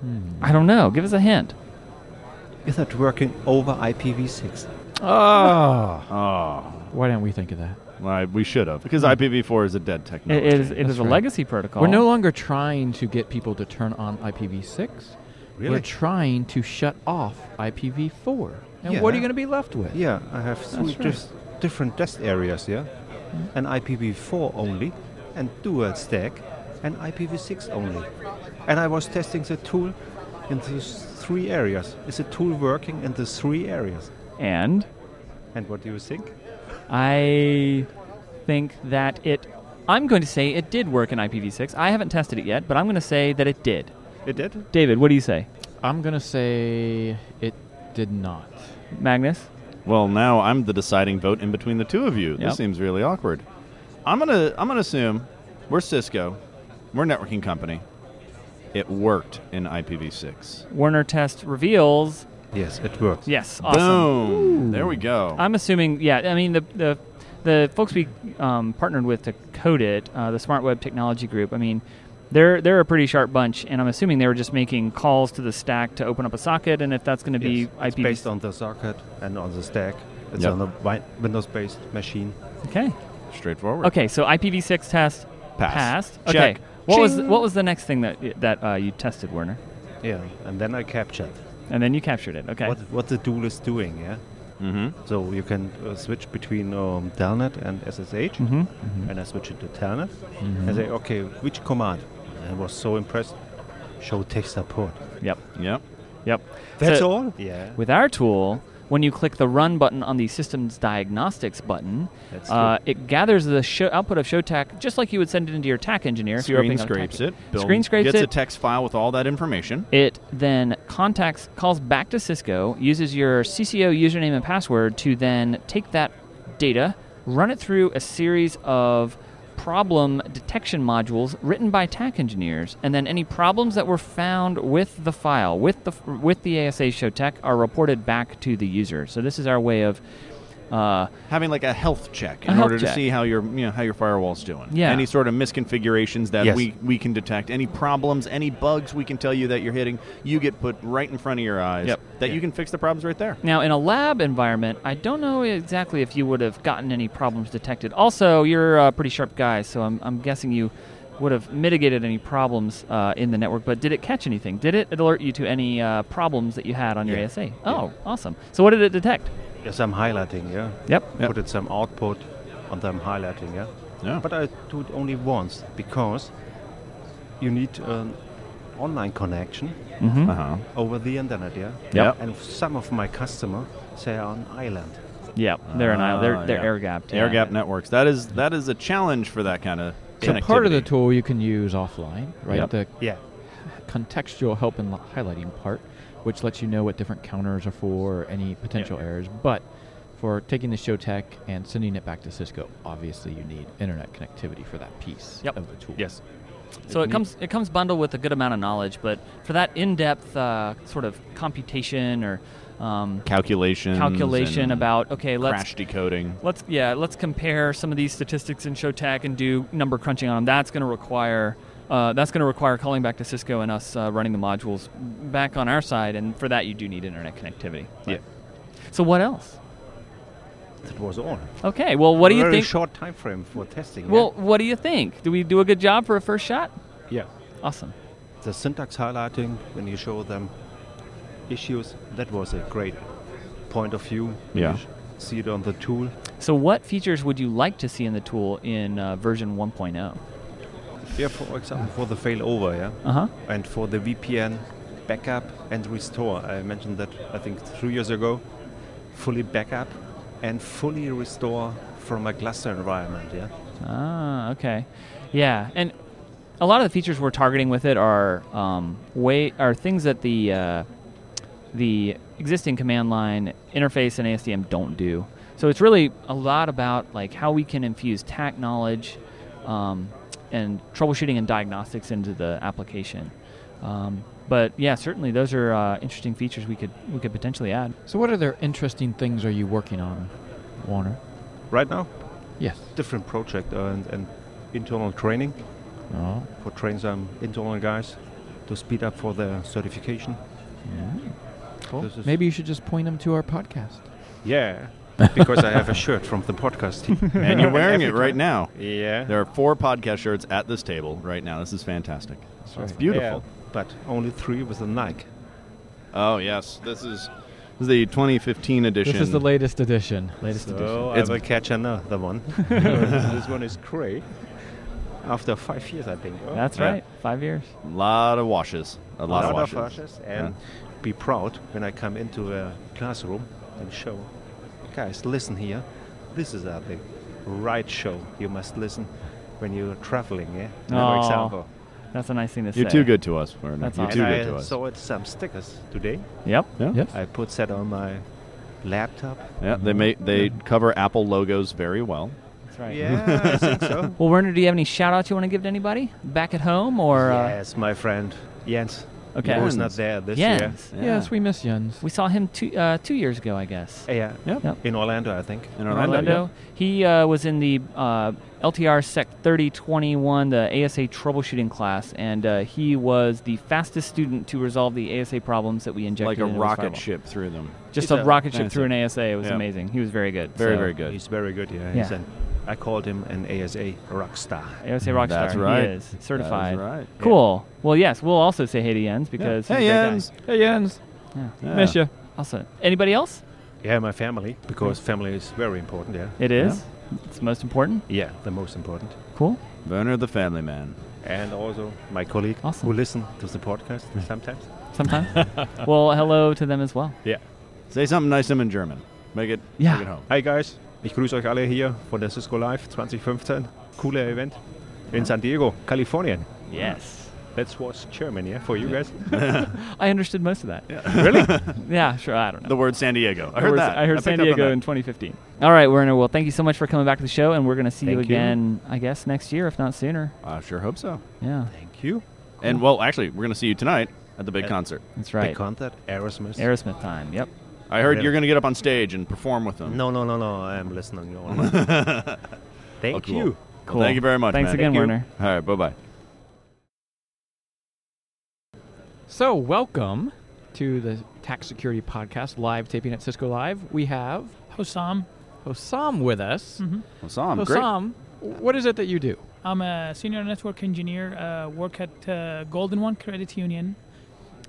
[SPEAKER 5] Hmm.
[SPEAKER 1] I don't know. Give us a hint.
[SPEAKER 8] Is that working over IPv6?
[SPEAKER 5] Oh,
[SPEAKER 2] oh,
[SPEAKER 5] why didn't we think of that?
[SPEAKER 2] well, we should have Hmm. because IPv4 is a dead
[SPEAKER 1] It
[SPEAKER 2] technology.
[SPEAKER 1] is. It is
[SPEAKER 5] That's
[SPEAKER 1] a
[SPEAKER 5] right.
[SPEAKER 1] legacy protocol.
[SPEAKER 5] We're no longer trying to get people to turn on IPv6. We're
[SPEAKER 8] Really?
[SPEAKER 5] trying to shut off IPv4. And what are you
[SPEAKER 8] Yeah.
[SPEAKER 5] going to be left with?
[SPEAKER 8] Yeah, I have three dis- different test areas. Yeah,
[SPEAKER 1] Hmm?
[SPEAKER 8] an IPv4 only, and dual stack, and IPv6 only. And I was testing the tool in these three areas. Is the tool working in the three areas?
[SPEAKER 1] And
[SPEAKER 8] And what do you think?
[SPEAKER 1] I think that it. I'm going to say it did work in IPv6. I haven't tested it yet, but I'm going to say that it did.
[SPEAKER 8] It did.
[SPEAKER 1] David, what do you say?
[SPEAKER 5] I'm going to say it did not.
[SPEAKER 1] Magnus.
[SPEAKER 2] Well, now I'm the deciding vote in between the two of you.
[SPEAKER 1] Yep.
[SPEAKER 2] This seems really awkward. I'm gonna. I'm gonna assume we're Cisco, we're a networking company. It worked in IPv6.
[SPEAKER 1] Werner test reveals.
[SPEAKER 8] Yes, it works.
[SPEAKER 1] Yes. Awesome. Uh,
[SPEAKER 2] Boom. There we go.
[SPEAKER 1] I'm assuming, yeah. I mean, the the the folks we um, partnered with to code it, uh, the Smart Web Technology Group. I mean, they're they're a pretty sharp bunch, and I'm assuming they were just making calls to the stack to open up a socket, and if that's going to be
[SPEAKER 8] Yes, it's
[SPEAKER 1] IP,
[SPEAKER 8] based on the socket and on the stack It's
[SPEAKER 2] Yep.
[SPEAKER 8] on a wi- Windows-based machine.
[SPEAKER 1] Okay.
[SPEAKER 2] Straightforward.
[SPEAKER 1] Okay. So IPv6 test
[SPEAKER 2] Pass.
[SPEAKER 1] passed.
[SPEAKER 2] Check.
[SPEAKER 1] Okay. What was
[SPEAKER 8] Ching.
[SPEAKER 1] what was the next thing that that uh, you tested, Werner?
[SPEAKER 8] Yeah, and then I captured
[SPEAKER 1] And then you captured it. Okay.
[SPEAKER 8] what what the dual is doing. Yeah,
[SPEAKER 2] Mm-hmm.
[SPEAKER 8] so you can uh, switch between um, Telnet and SSH,
[SPEAKER 1] Mm-hmm.
[SPEAKER 8] and I switch it to Telnet. And say, okay, which command? I was so impressed. Show tech support.
[SPEAKER 1] Yep.
[SPEAKER 2] Yep.
[SPEAKER 1] Yep.
[SPEAKER 8] That's
[SPEAKER 1] So-
[SPEAKER 8] all. Yeah.
[SPEAKER 1] With our tool, when you click the Run button on the Systems Diagnostics button,
[SPEAKER 8] That's
[SPEAKER 1] uh, it gathers the show output of ShowTAC just like you would send it into your TAC engineer. if you're
[SPEAKER 2] Screen
[SPEAKER 1] opening up a TAC.
[SPEAKER 2] scrapes it. Bill
[SPEAKER 1] Screen scrapes
[SPEAKER 2] gets
[SPEAKER 1] it.
[SPEAKER 2] a text file with all that information.
[SPEAKER 1] It then contacts, calls back to Cisco, uses your CCO username and password to then take that data, run it through a series of problem detection modules written by TAC engineers, and then any problems that were found with the file, with the with the ASA show tech, are reported back to the user. So this is our way of. Uh,
[SPEAKER 2] Having like a health check
[SPEAKER 1] A
[SPEAKER 2] in
[SPEAKER 1] health
[SPEAKER 2] order to
[SPEAKER 1] check.
[SPEAKER 2] see how your you know, how your firewall's doing.
[SPEAKER 1] Yeah.
[SPEAKER 2] Any sort of misconfigurations that
[SPEAKER 8] Yes.
[SPEAKER 2] we, we can detect, any problems, any bugs we can tell you that you're hitting, you get put right in front of your eyes.
[SPEAKER 1] Yep.
[SPEAKER 2] That you can fix the problems right there.
[SPEAKER 1] Now, in a lab environment, I don't know exactly if you would have gotten any problems detected. Also, you're a pretty sharp guy, so I'm, I'm guessing you would have mitigated any problems uh, in the network. But did it catch anything? Did it alert you to any uh, problems that you had on your
[SPEAKER 8] Yeah.
[SPEAKER 1] ASA? Oh, awesome. So, what did it detect?
[SPEAKER 8] Yeah, some highlighting. Yeah.
[SPEAKER 1] Yep.
[SPEAKER 8] Put it some output on them highlighting. Yeah.
[SPEAKER 2] Yeah.
[SPEAKER 8] But I do it only once because you need an online connection
[SPEAKER 1] Mm-hmm.
[SPEAKER 2] Uh-huh.
[SPEAKER 8] over the internet, yeah?
[SPEAKER 2] Yep.
[SPEAKER 8] And some of my customer say on island.
[SPEAKER 1] Yeah, they're an island. They're,
[SPEAKER 2] Ah,
[SPEAKER 1] they're
[SPEAKER 2] yeah.
[SPEAKER 1] air gapped.
[SPEAKER 2] Air
[SPEAKER 1] yeah.
[SPEAKER 2] gap networks. That is that is a challenge for that kind of
[SPEAKER 5] So part of the
[SPEAKER 2] connectivity.
[SPEAKER 5] tool you can use offline, right?
[SPEAKER 2] Yep.
[SPEAKER 5] The
[SPEAKER 8] Yeah.
[SPEAKER 5] contextual help and li- highlighting part, which lets you know what different counters are for, or any potential errors. But for taking the show tech and sending it back to Cisco, obviously you need internet connectivity for that piece
[SPEAKER 1] Yep.
[SPEAKER 5] of the tool.
[SPEAKER 8] Yes.
[SPEAKER 1] So it
[SPEAKER 5] Neat.
[SPEAKER 1] comes it comes bundled with a good amount of knowledge, but for that in depth uh, sort of computation or um,
[SPEAKER 2] calculation
[SPEAKER 1] calculation about okay, let's
[SPEAKER 2] crash
[SPEAKER 1] [LAUGHS]
[SPEAKER 2] decoding.
[SPEAKER 1] Let's yeah, let's compare some of these statistics in Showtech and do number crunching on them. That's going to require uh, that's going to require calling back to Cisco and us uh, running the modules back on our side, and for that you do need internet connectivity.
[SPEAKER 2] Yeah.
[SPEAKER 1] So what else?
[SPEAKER 8] That was all.
[SPEAKER 1] Okay, well, what do you
[SPEAKER 8] Very
[SPEAKER 1] think?
[SPEAKER 8] short time frame for testing.
[SPEAKER 1] Well, what do you think? Do we do a good job for a first shot?
[SPEAKER 8] yeah. yeah.
[SPEAKER 1] Awesome.
[SPEAKER 8] The syntax highlighting, when you show them issues, that was a great point of view. You
[SPEAKER 2] Yeah.
[SPEAKER 8] sh- See it on the tool.
[SPEAKER 1] So, what features would you like to see in the tool in uh, version 1.0?
[SPEAKER 8] Yeah, for example, for the failover, yeah?
[SPEAKER 1] Uh huh.
[SPEAKER 8] And for the VPN backup and restore, I mentioned that I think three years ago, fully backup and fully restore from a cluster environment. Yeah,
[SPEAKER 1] Ah, okay. Yeah, and a lot of the features we're targeting with it are um, way are things that the uh, the existing command line interface and ASDM don't do. So it's really a lot about like how we can infuse TAC knowledge um, and troubleshooting and diagnostics into the application. Um, but yeah, certainly those are uh, interesting features we could we could potentially add.
[SPEAKER 5] So what other interesting things are you working on, Warner?
[SPEAKER 8] right now
[SPEAKER 5] Yes.
[SPEAKER 8] different project uh, and, and internal training
[SPEAKER 5] Oh.
[SPEAKER 8] for train some internal guys to speed up for the certification.
[SPEAKER 5] Cool.
[SPEAKER 8] This is-
[SPEAKER 5] Maybe you should just point them to our podcast.
[SPEAKER 8] Yeah, because I have a shirt from the
[SPEAKER 2] [LAUGHS]
[SPEAKER 8] podcast. team.
[SPEAKER 2] and you're wearing it
[SPEAKER 8] Every
[SPEAKER 2] right
[SPEAKER 8] time.
[SPEAKER 2] now.
[SPEAKER 8] Yeah,
[SPEAKER 2] There are four podcast shirts at this table right now. This is fantastic. It's beautiful.
[SPEAKER 8] Yeah, but only three with a Nike.
[SPEAKER 2] Oh yes, this is this is the 2015 edition.
[SPEAKER 5] This is the latest edition. Latest edition.
[SPEAKER 8] So
[SPEAKER 2] It's-
[SPEAKER 8] I will catch another one. [LAUGHS] this one is gray. After five years, I think. Oh,
[SPEAKER 1] That's
[SPEAKER 2] Yeah.
[SPEAKER 1] right, five years.
[SPEAKER 2] lot of washes. A lot, of washes.
[SPEAKER 8] washes and be proud when I come into a classroom and show, guys, listen here. This is uh, the right show you must listen when you're traveling. Yeah,
[SPEAKER 1] Aw.
[SPEAKER 8] for example.
[SPEAKER 1] That's a nice thing to say.
[SPEAKER 2] You're too good to us. Werner.
[SPEAKER 1] That's
[SPEAKER 2] You're
[SPEAKER 1] awesome.
[SPEAKER 2] too
[SPEAKER 8] and
[SPEAKER 2] good to
[SPEAKER 8] I
[SPEAKER 2] us.
[SPEAKER 8] saw it some stickers today.
[SPEAKER 1] Yep.
[SPEAKER 2] yeah.
[SPEAKER 5] Yes.
[SPEAKER 8] I put that on my laptop.
[SPEAKER 2] Yeah, They may, they cover Apple logos very well.
[SPEAKER 1] That's right.
[SPEAKER 8] Yeah, I think so.
[SPEAKER 1] Well, Werner, do you have any shout outs you want to give to anybody back at home or? Uh,
[SPEAKER 8] yes, my friend Jens.
[SPEAKER 1] Okay.
[SPEAKER 8] He was not there this
[SPEAKER 1] Jens.
[SPEAKER 8] year.
[SPEAKER 5] Yes, we miss Yuns.
[SPEAKER 1] We saw him two uh, two years ago, I guess.
[SPEAKER 8] Yeah.
[SPEAKER 1] Yep.
[SPEAKER 8] In Orlando, I think.
[SPEAKER 2] In
[SPEAKER 1] In
[SPEAKER 2] Orlando.
[SPEAKER 1] Orlando. He uh, was in the uh, LTR Sec 3021, the ASA troubleshooting class, and uh, he was the fastest student to resolve the ASA problems that we
[SPEAKER 2] yeah.
[SPEAKER 1] injected.
[SPEAKER 2] Like a
[SPEAKER 1] into his
[SPEAKER 2] rocket
[SPEAKER 1] firewall.
[SPEAKER 2] ship through them.
[SPEAKER 1] Just
[SPEAKER 8] He's
[SPEAKER 1] a
[SPEAKER 8] a-
[SPEAKER 1] rocket ship
[SPEAKER 2] that's
[SPEAKER 1] through
[SPEAKER 2] it.
[SPEAKER 1] an ASA. It was
[SPEAKER 2] Yeah.
[SPEAKER 1] amazing. He was very good.
[SPEAKER 2] Very,
[SPEAKER 1] so-
[SPEAKER 2] very good.
[SPEAKER 8] He's very good. Yeah. He's
[SPEAKER 1] Yeah.
[SPEAKER 8] an, I called him an ASA rock star.
[SPEAKER 1] ASA rockstar.
[SPEAKER 2] That's
[SPEAKER 1] He
[SPEAKER 2] right.
[SPEAKER 1] is certified.
[SPEAKER 2] That is right.
[SPEAKER 1] Cool. Well, yes, we'll also say hey to Jens because
[SPEAKER 2] yeah.
[SPEAKER 1] he's a great guy.
[SPEAKER 2] hey, Jens.
[SPEAKER 5] Hey, Yuns.
[SPEAKER 1] Yeah.
[SPEAKER 2] Yeah.
[SPEAKER 5] Miss you.
[SPEAKER 1] Awesome. Anybody else?
[SPEAKER 8] Yeah, my family, because family is very important. Yeah.
[SPEAKER 1] It is. It's most important.
[SPEAKER 8] Yeah, the most important.
[SPEAKER 1] Cool.
[SPEAKER 2] Werner the family man.
[SPEAKER 8] And also my colleague
[SPEAKER 1] Awesome.
[SPEAKER 8] who listen to the podcast sometimes.
[SPEAKER 1] Sometimes.
[SPEAKER 2] [LAUGHS]
[SPEAKER 1] well, hello to them as well.
[SPEAKER 8] Yeah.
[SPEAKER 2] Say something nice to him in German. Make it,
[SPEAKER 1] Yeah.
[SPEAKER 2] make
[SPEAKER 1] [LAUGHS]
[SPEAKER 2] it home.
[SPEAKER 8] Hi guys, ich grüße euch alle hier von der Cisco Live 2015. Cooler Event in San Diego, Kalifornien.
[SPEAKER 1] Yes.
[SPEAKER 8] That was German, yeah, for you guys.
[SPEAKER 1] I understood most of that.
[SPEAKER 8] really?
[SPEAKER 1] Yeah, sure. I don't know.
[SPEAKER 2] [LAUGHS] The word San Diego.
[SPEAKER 1] There
[SPEAKER 2] I heard
[SPEAKER 1] was-
[SPEAKER 2] that.
[SPEAKER 1] I heard
[SPEAKER 2] picked
[SPEAKER 1] San
[SPEAKER 2] up on
[SPEAKER 1] Diego
[SPEAKER 2] that.
[SPEAKER 1] in 2015. All right, Werner. Well, thank you so much for coming back to the show, and we're going to see you
[SPEAKER 8] Thank you.
[SPEAKER 1] again, I guess, next year, if not sooner.
[SPEAKER 2] I sure hope so.
[SPEAKER 1] Yeah,
[SPEAKER 8] Thank you.
[SPEAKER 2] And well, actually, we're gonna see you tonight at the big
[SPEAKER 8] At-
[SPEAKER 2] concert.
[SPEAKER 1] that's right.
[SPEAKER 8] The concert, Aerosmith.
[SPEAKER 1] Aerosmith time. Yep.
[SPEAKER 2] I heard
[SPEAKER 8] Really?
[SPEAKER 2] you're gonna get up on stage and perform with them.
[SPEAKER 8] no, no, no, no, I am listening. [LAUGHS] Thank
[SPEAKER 2] Oh, cool.
[SPEAKER 8] you.
[SPEAKER 2] Well,
[SPEAKER 1] Cool.
[SPEAKER 2] thank you very much.
[SPEAKER 1] Thanks
[SPEAKER 2] man.
[SPEAKER 1] again,
[SPEAKER 2] Thank you.
[SPEAKER 1] Werner.
[SPEAKER 2] All right. Bye bye.
[SPEAKER 5] So, welcome to the Tax Security Podcast live taping at Cisco Live. We have
[SPEAKER 9] Hosam.
[SPEAKER 5] Hosam with us.
[SPEAKER 2] Hassam, great.
[SPEAKER 5] Hosam, what is it that you do?
[SPEAKER 9] I'm a senior network engineer. Uh, work at uh, Golden One Credit Union.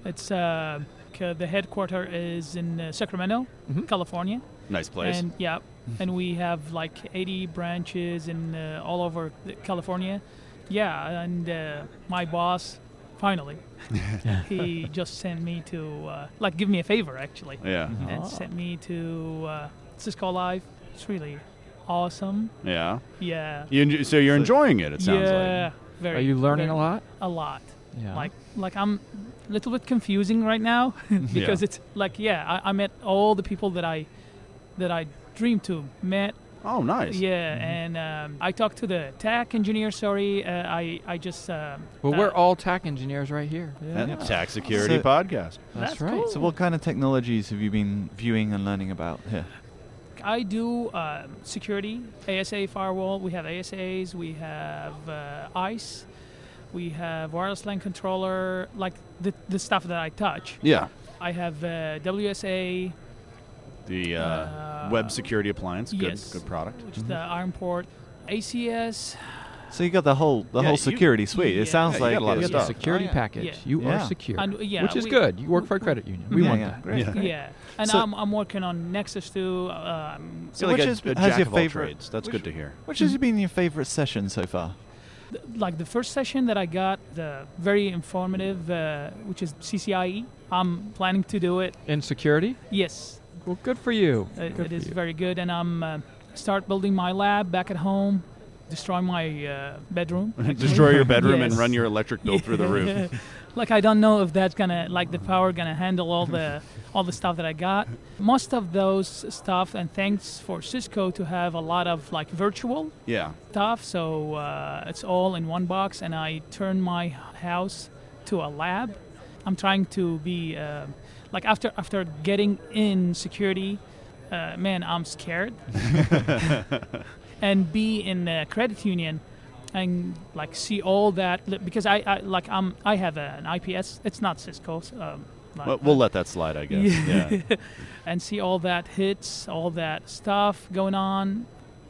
[SPEAKER 9] It's uh, c- the headquarter is in uh, Sacramento,
[SPEAKER 5] Mhm.
[SPEAKER 9] California,
[SPEAKER 2] Nice place.
[SPEAKER 9] and yeah, and we have like 80 branches in uh, all over th- California. Yeah, and uh, my boss, finally, [LAUGHS] he just sent me to uh, like give me a favor actually,
[SPEAKER 2] yeah.
[SPEAKER 9] and sent me to uh, Cisco Live. It's really awesome.
[SPEAKER 2] Yeah.
[SPEAKER 9] Yeah.
[SPEAKER 2] You enjo- so you're enjoying it. It sounds
[SPEAKER 9] yeah, very.
[SPEAKER 5] Are you learning
[SPEAKER 9] very-
[SPEAKER 5] a lot?
[SPEAKER 9] A lot.
[SPEAKER 5] Yeah.
[SPEAKER 9] Like, like I'm a little bit confusing right now because it's like, yeah, I, I met all the people that I that I dreamed to met.
[SPEAKER 2] like. Oh, nice.
[SPEAKER 9] Yeah,
[SPEAKER 5] Mm-hmm.
[SPEAKER 9] and um, I talked to the tech engineer. Sorry, uh, I I just. Um,
[SPEAKER 5] Well,
[SPEAKER 9] uh,
[SPEAKER 5] we're all tech engineers right here.
[SPEAKER 2] That Tax security
[SPEAKER 7] So-
[SPEAKER 2] podcast.
[SPEAKER 5] That's,
[SPEAKER 9] That's
[SPEAKER 5] right.
[SPEAKER 9] cool.
[SPEAKER 7] So, what kind of technologies have you been viewing and learning about here?
[SPEAKER 9] I do uh, security, ASA firewall. We have ASAs. We have uh, ICE. We have wireless LAN controller. Like the the stuff that I touch.
[SPEAKER 2] Yeah.
[SPEAKER 9] I have uh, WSA,
[SPEAKER 2] The uh,
[SPEAKER 9] Uh,
[SPEAKER 2] web security appliance. Good.
[SPEAKER 9] yes.
[SPEAKER 2] Good product.
[SPEAKER 9] which is the iron port, ACS.
[SPEAKER 7] So you got the whole the
[SPEAKER 2] Yeah,
[SPEAKER 7] whole
[SPEAKER 2] you-
[SPEAKER 7] security suite.
[SPEAKER 9] yeah.
[SPEAKER 7] It sounds
[SPEAKER 2] Yeah, you
[SPEAKER 7] like
[SPEAKER 2] got a lot of
[SPEAKER 7] it's-
[SPEAKER 5] You got the
[SPEAKER 2] stuff.
[SPEAKER 5] security
[SPEAKER 7] Oh, yeah.
[SPEAKER 5] package.
[SPEAKER 9] Yeah.
[SPEAKER 5] You
[SPEAKER 7] Yeah.
[SPEAKER 5] are secure,
[SPEAKER 9] And yeah,
[SPEAKER 5] which is
[SPEAKER 9] we-
[SPEAKER 5] good. You work for a credit union. We
[SPEAKER 7] yeah,
[SPEAKER 5] want
[SPEAKER 7] yeah,
[SPEAKER 5] that.
[SPEAKER 7] Great.
[SPEAKER 2] Yeah.
[SPEAKER 9] Yeah, and
[SPEAKER 7] So-
[SPEAKER 9] I'm, I'm working on Nexus 2. Um,
[SPEAKER 7] So
[SPEAKER 2] like
[SPEAKER 7] which
[SPEAKER 2] a,
[SPEAKER 7] is-
[SPEAKER 2] a
[SPEAKER 7] has
[SPEAKER 2] jack
[SPEAKER 7] your
[SPEAKER 2] of all
[SPEAKER 7] favorite-
[SPEAKER 2] trades. That's good to hear.
[SPEAKER 7] Which has been your favorite session so far?
[SPEAKER 9] th- like the first session that I got, the very informative, uh, which is CCIE. E, I'm planning to do it.
[SPEAKER 5] In security?
[SPEAKER 9] Yes,
[SPEAKER 5] Well, good for you.
[SPEAKER 9] uh,
[SPEAKER 5] Good
[SPEAKER 9] it
[SPEAKER 5] for
[SPEAKER 9] is
[SPEAKER 5] you.
[SPEAKER 9] very good, and I'm uh, start building my lab back at home. Destroy my uh, bedroom. [LAUGHS]
[SPEAKER 2] Destroy your bedroom and
[SPEAKER 9] Yes.
[SPEAKER 2] run your electric bill through the
[SPEAKER 9] [LAUGHS]
[SPEAKER 2] roof.
[SPEAKER 9] like I don't know if that's gonna like the power gonna handle all the all the stuff that I got. Most of those stuff and thanks for Cisco to have a lot of like virtual
[SPEAKER 2] Yeah.
[SPEAKER 9] stuff. So uh, it's all in one box, and I turn my house to a lab. I'm trying to be uh, like after after getting in security, uh, man, I'm
[SPEAKER 2] [LAUGHS]
[SPEAKER 9] scared. and be in a credit union and like see all that li- because I, I like I'm I have an IPS. It's not Cisco. so, Um, like,
[SPEAKER 2] Well, we'll let that slide, I
[SPEAKER 9] [LAUGHS]
[SPEAKER 2] guess. Yeah.
[SPEAKER 9] and see all that hits, all that stuff going on.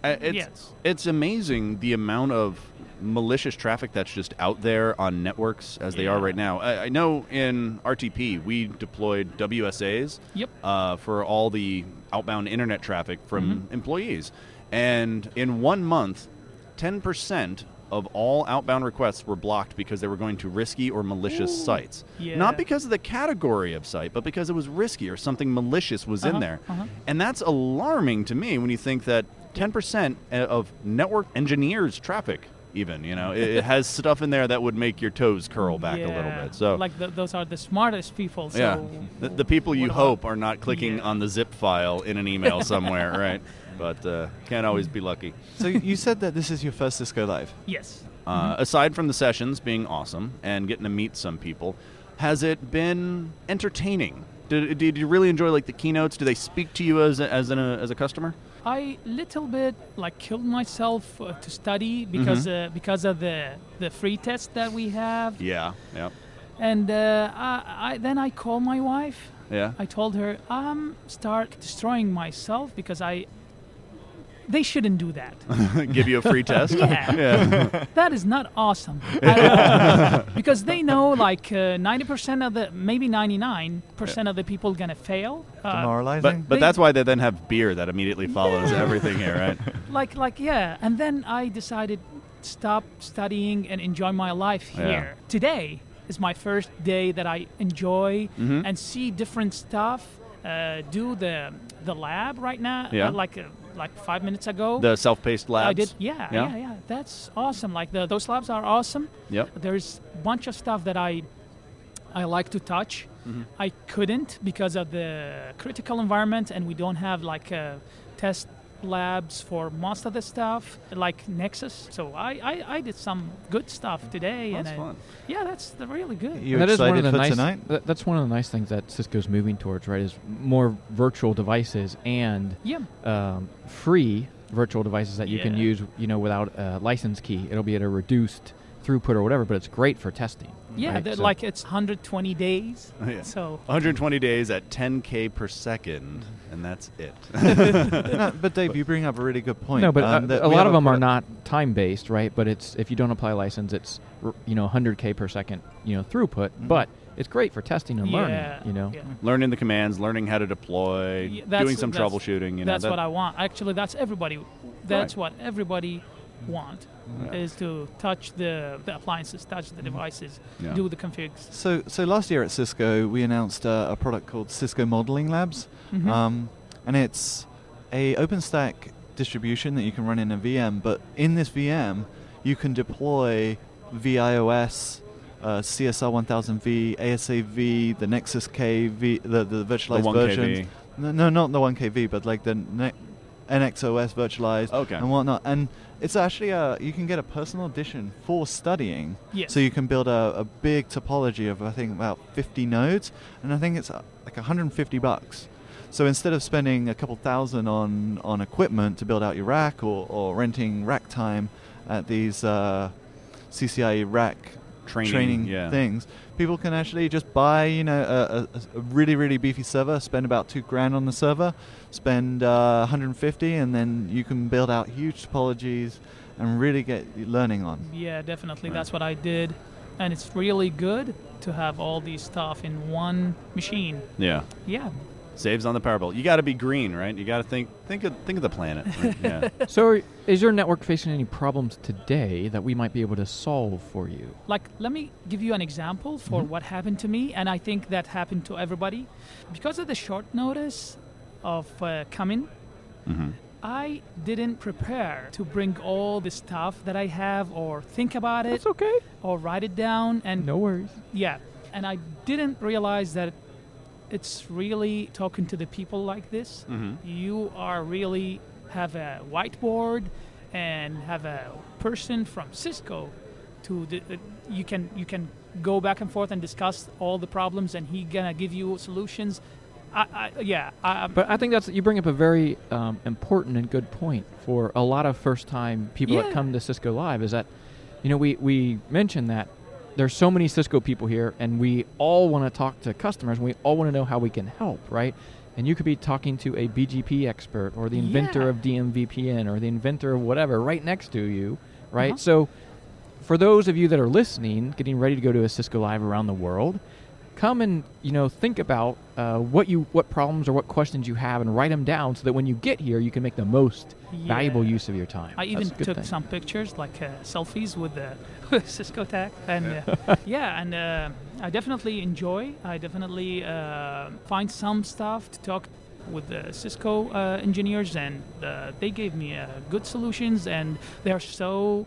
[SPEAKER 2] I- Uh, It's,
[SPEAKER 9] Yes.
[SPEAKER 2] it's amazing the amount of malicious traffic that's just out there on networks as they are
[SPEAKER 9] Yeah.
[SPEAKER 2] right now. I, I know in RTP we deployed WSAs
[SPEAKER 9] Yep.
[SPEAKER 2] uh, for all the outbound internet traffic from
[SPEAKER 9] Mm-hmm.
[SPEAKER 2] employees, and in one month, ten percent of all outbound requests were blocked because they were going to risky or malicious sites.
[SPEAKER 9] Yeah.
[SPEAKER 2] Not because of the category of site, but because it was risky or something malicious was in
[SPEAKER 9] Uh-huh,
[SPEAKER 2] there.
[SPEAKER 9] uh-huh.
[SPEAKER 2] And that's alarming to me when you think that 10% of network engineers' traffic, even, you know, it, it
[SPEAKER 9] [LAUGHS]
[SPEAKER 2] has stuff in there that would make your toes curl back a little
[SPEAKER 9] Yeah.
[SPEAKER 2] bit. So,
[SPEAKER 9] like th those are the smartest people. So
[SPEAKER 2] yeah, the, the people you
[SPEAKER 9] what about-
[SPEAKER 2] hope are not clicking
[SPEAKER 9] Yeah.
[SPEAKER 2] on the zip file in an
[SPEAKER 9] [LAUGHS]
[SPEAKER 2] email somewhere, right? But uh, can't always be lucky.
[SPEAKER 7] So you said that this is your first Cisco Live.
[SPEAKER 9] Yes.
[SPEAKER 2] Uh, aside from the sessions being awesome and getting to meet some people, Has it been entertaining? Did, did you really enjoy like the keynotes? Do they speak to you as a, as, an, uh, as a customer?
[SPEAKER 9] I little bit like killed myself uh, to
[SPEAKER 2] Mm-hmm.
[SPEAKER 9] study because uh, because of the the free test that we have,
[SPEAKER 2] Yeah, yeah,
[SPEAKER 9] and uh, I, I then I called my wife.
[SPEAKER 2] yeah. [LAUGHS]
[SPEAKER 9] I told her I'm start destroying myself because I. They shouldn't do
[SPEAKER 2] [LAUGHS]
[SPEAKER 9] that.
[SPEAKER 2] Give you a free test. [LAUGHS]
[SPEAKER 9] Yeah. [LAUGHS]
[SPEAKER 2] yeah.
[SPEAKER 9] that is not awesome. I-
[SPEAKER 2] [LAUGHS]
[SPEAKER 9] because they know like uh, 90% of the, maybe 99% of the people going to fail. Uh,
[SPEAKER 7] Demoralizing.
[SPEAKER 2] But but
[SPEAKER 9] They-
[SPEAKER 2] that's why they then have beer that immediately follows everything here, right?
[SPEAKER 9] [LAUGHS] like, like, yeah. And then I decided stop studying and enjoy my life
[SPEAKER 2] Yeah.
[SPEAKER 9] here. Today is my first day that I enjoy
[SPEAKER 2] Mm-hmm.
[SPEAKER 9] and see different stuff. Uh, do the the lab right now,
[SPEAKER 2] Yeah.
[SPEAKER 9] uh, like uh, like five minutes ago.
[SPEAKER 2] The self-paced labs. Oh,
[SPEAKER 9] I did, yeah,
[SPEAKER 2] Yeah?
[SPEAKER 9] yeah, yeah, That's awesome. Like the, those labs are awesome.
[SPEAKER 2] Yep.
[SPEAKER 9] There's a bunch of stuff that I I like to touch.
[SPEAKER 2] Mm-hmm.
[SPEAKER 9] I couldn't because of the critical environment, and we don't have like uh, test labs for most of the stuff, like Nexus. So I I, I did some good stuff today. and
[SPEAKER 2] that's
[SPEAKER 9] I- [LAUGHS]
[SPEAKER 2] fun.
[SPEAKER 9] Yeah, that's the really good.
[SPEAKER 7] You
[SPEAKER 5] That is one
[SPEAKER 7] excited
[SPEAKER 5] of the
[SPEAKER 7] for
[SPEAKER 5] nice,
[SPEAKER 7] tonight?
[SPEAKER 5] tha- that's one of the nice things that Cisco's moving towards, right? Is more virtual devices and
[SPEAKER 9] Yeah.
[SPEAKER 5] um, free virtual devices that you can
[SPEAKER 9] Yeah.
[SPEAKER 5] use, you know, without a license key. It'll be at a reduced throughput or whatever, but it's great for testing.
[SPEAKER 9] Yeah,
[SPEAKER 5] right?
[SPEAKER 9] that-
[SPEAKER 5] So-
[SPEAKER 9] like it's 120 days.
[SPEAKER 2] [LAUGHS] Yeah.
[SPEAKER 9] So
[SPEAKER 2] 120 days at 10k per second, and that's
[SPEAKER 9] [LAUGHS]
[SPEAKER 2] it. [LAUGHS]
[SPEAKER 5] [LAUGHS]
[SPEAKER 7] [LAUGHS] No, but Dave, you bring up a really good point.
[SPEAKER 5] No, but
[SPEAKER 7] um,
[SPEAKER 5] uh,
[SPEAKER 7] that
[SPEAKER 5] a
[SPEAKER 7] we
[SPEAKER 5] lot of
[SPEAKER 7] haven't
[SPEAKER 5] them are
[SPEAKER 7] put-
[SPEAKER 5] not time based, right? But it's if you don't apply a license, it's r- you know 100k per second, you know throughput. But it's great for testing and
[SPEAKER 9] yeah,
[SPEAKER 5] learning, you know.
[SPEAKER 9] yeah.
[SPEAKER 2] learning the commands, learning how to deploy,
[SPEAKER 9] Y- that's-
[SPEAKER 2] doing some
[SPEAKER 9] that's-
[SPEAKER 2] troubleshooting. You know,
[SPEAKER 9] that's
[SPEAKER 2] that-
[SPEAKER 9] what I want. Actually, that's everybody. That's what everybody want is to touch the, the appliances, touch the devices,
[SPEAKER 2] Mm-hmm. Yeah.
[SPEAKER 9] do the configs.
[SPEAKER 7] So, so last year at Cisco, we announced uh, a product called Cisco Modeling Labs,
[SPEAKER 9] Mm-hmm.
[SPEAKER 7] um, and it's a OpenStack distribution that you can run in a VM. But in this VM, you can deploy VIOS, uh, CSR 1000V, ASAV, the Nexus K, V, the the virtualized
[SPEAKER 2] 1KV.
[SPEAKER 7] versions. No, no, not the 1KV, but like the ne- NXOS virtualized
[SPEAKER 2] Okay.
[SPEAKER 7] and whatnot. And it's actually a you can get a personal edition for studying.
[SPEAKER 9] Yes.
[SPEAKER 7] So you can build a, a big topology of I think about 50 nodes, and I think it's uh, like 150 bucks. So instead of spending a couple thousand on on equipment to build out your rack or, or renting rack time at these uh, CCIE E rack
[SPEAKER 2] Training, yeah.
[SPEAKER 7] things, people can actually just buy you know a, a, a really really beefy server, spend about two grand on the server, spend uh, 150, and then you can build out huge topologies and really get learning on.
[SPEAKER 9] Yeah, definitely. That's what I did, and it's really good to have all these stuff in one machine.
[SPEAKER 2] Yeah.
[SPEAKER 9] Yeah.
[SPEAKER 2] Saves on the Powerball. You got to be green, right? You got to think think of think of the
[SPEAKER 9] [LAUGHS]
[SPEAKER 2] planet. right? Yeah.
[SPEAKER 5] So, are- is your network facing any problems today that we might be able to solve for you?
[SPEAKER 9] Like, let me give you an example for what happened to me, and I think that happened to everybody. Because of the short notice of uh, coming, I didn't prepare to bring all the stuff that I have, or think about it,
[SPEAKER 5] okay.
[SPEAKER 9] or write it down, and
[SPEAKER 5] No worries.
[SPEAKER 9] yeah. And I didn't realize that it's really talking to the people like this. You are really have a whiteboard and have a person from Cisco to the, uh, you can you can go back and forth and discuss all the problems, and he gonna give you solutions. I, I yeah. I,
[SPEAKER 5] But I think that's you bring up a very um, important and good point for a lot of first-time people that
[SPEAKER 9] Yeah.
[SPEAKER 5] come to Cisco Live. Is that you know we we mentioned that there's so many Cisco people here, and we all want to talk to customers. and We all want to know how we can help, right? And you could be talking to a BGP expert or the inventor
[SPEAKER 9] Yeah.
[SPEAKER 5] of DMVPN or the inventor of whatever right next to you, right?
[SPEAKER 9] Uh-huh.
[SPEAKER 5] So for those of you that are listening, getting ready to go to a Cisco Live around the world, come and you know think about uh, what you what problems or what questions you have and write them down so that when you get here you can make the most valuable
[SPEAKER 9] Yeah.
[SPEAKER 5] use of your time.
[SPEAKER 9] I
[SPEAKER 5] That's
[SPEAKER 9] even
[SPEAKER 5] a good
[SPEAKER 9] took
[SPEAKER 5] thing.
[SPEAKER 9] some pictures, like uh, selfies with the [LAUGHS] Cisco tag, and uh, [LAUGHS] yeah, and uh, I definitely enjoy. I definitely uh, find some stuff to talk with the Cisco uh, engineers, and uh, they gave me uh, good solutions, and they are so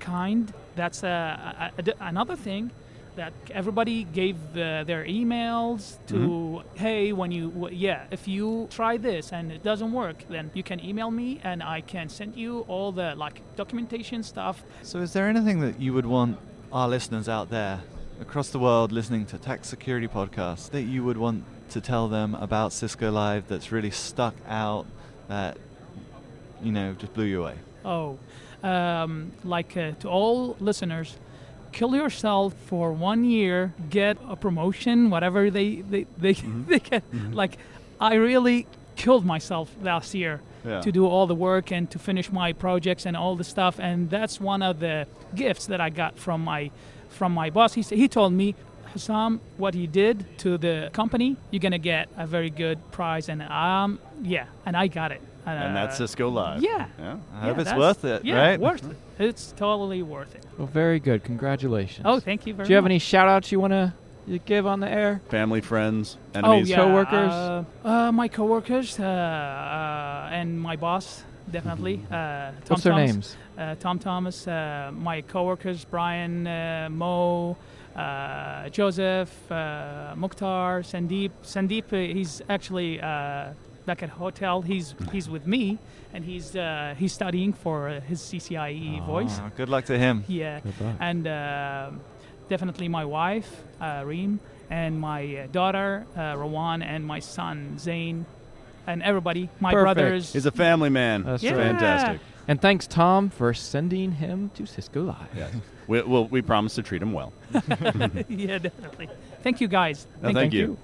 [SPEAKER 9] kind. That's uh, a- a- a- another thing that everybody gave uh, their emails to hey when you w- yeah if you try this and it doesn't work then you can email me and i can send you all the like documentation stuff
[SPEAKER 7] So, is there anything that you would want our listeners out there across the world listening to tax security podcasts that you would want to tell them about Cisco Live that's really stuck out that you know just blew you away?
[SPEAKER 9] Oh, um, like uh, to all listeners, kill yourself for one year, get a promotion, whatever they they they, [LAUGHS] they get. Like, I really killed myself last year
[SPEAKER 7] Yeah.
[SPEAKER 9] to do all the work and to finish my projects and all the stuff, and that's one of the gifts that I got from my from my boss. He s- he told me. Hassam, what he did to the company, you're gonna get a very good prize, and um, yeah, and I got it.
[SPEAKER 2] and that's
[SPEAKER 9] Uh,
[SPEAKER 2] Cisco Live.
[SPEAKER 9] yeah.
[SPEAKER 2] Yeah.
[SPEAKER 7] I hope
[SPEAKER 9] yeah,
[SPEAKER 7] it's
[SPEAKER 9] that's-
[SPEAKER 7] worth it,
[SPEAKER 9] yeah,
[SPEAKER 7] right?
[SPEAKER 9] worth it. It's totally worth it.
[SPEAKER 5] Well, very good. Congratulations.
[SPEAKER 9] Oh, thank you very
[SPEAKER 5] Do you have
[SPEAKER 9] much.
[SPEAKER 5] any shout outs you want to give on the air?
[SPEAKER 2] Family, friends,
[SPEAKER 9] oh,
[SPEAKER 2] enemies.
[SPEAKER 9] yeah,
[SPEAKER 5] coworkers?
[SPEAKER 9] Uh, uh, my coworkers uh, uh, and my boss, definitely. Uh, Tom
[SPEAKER 5] What's their
[SPEAKER 9] Thomas,
[SPEAKER 5] names?
[SPEAKER 9] Uh, Tom Thomas, uh, my coworkers, Brian, uh, Mo, uh, Joseph, uh, Mukhtar, Sandeep. Sandeep, uh, he's actually uh, back at hotel. He's he's with me, and he's uh, he's studying for uh, his CCIE voice.
[SPEAKER 7] Oh, good luck to him.
[SPEAKER 9] Yeah, and um definitely my wife, uh, Reem, and my uh, daughter, uh, Rawan, and my son, Zain, and everybody, my
[SPEAKER 5] Perfect.
[SPEAKER 9] brothers. [LAUGHS]
[SPEAKER 2] He's a family man.
[SPEAKER 5] That's
[SPEAKER 9] yeah.
[SPEAKER 5] right.
[SPEAKER 2] Fantastic.
[SPEAKER 5] And thanks, Tom, for sending him to Cisco Live.
[SPEAKER 2] Yes. we, well, we promise to treat him well.
[SPEAKER 9] yeah, definitely. Thank you, guys.
[SPEAKER 2] No, thank you.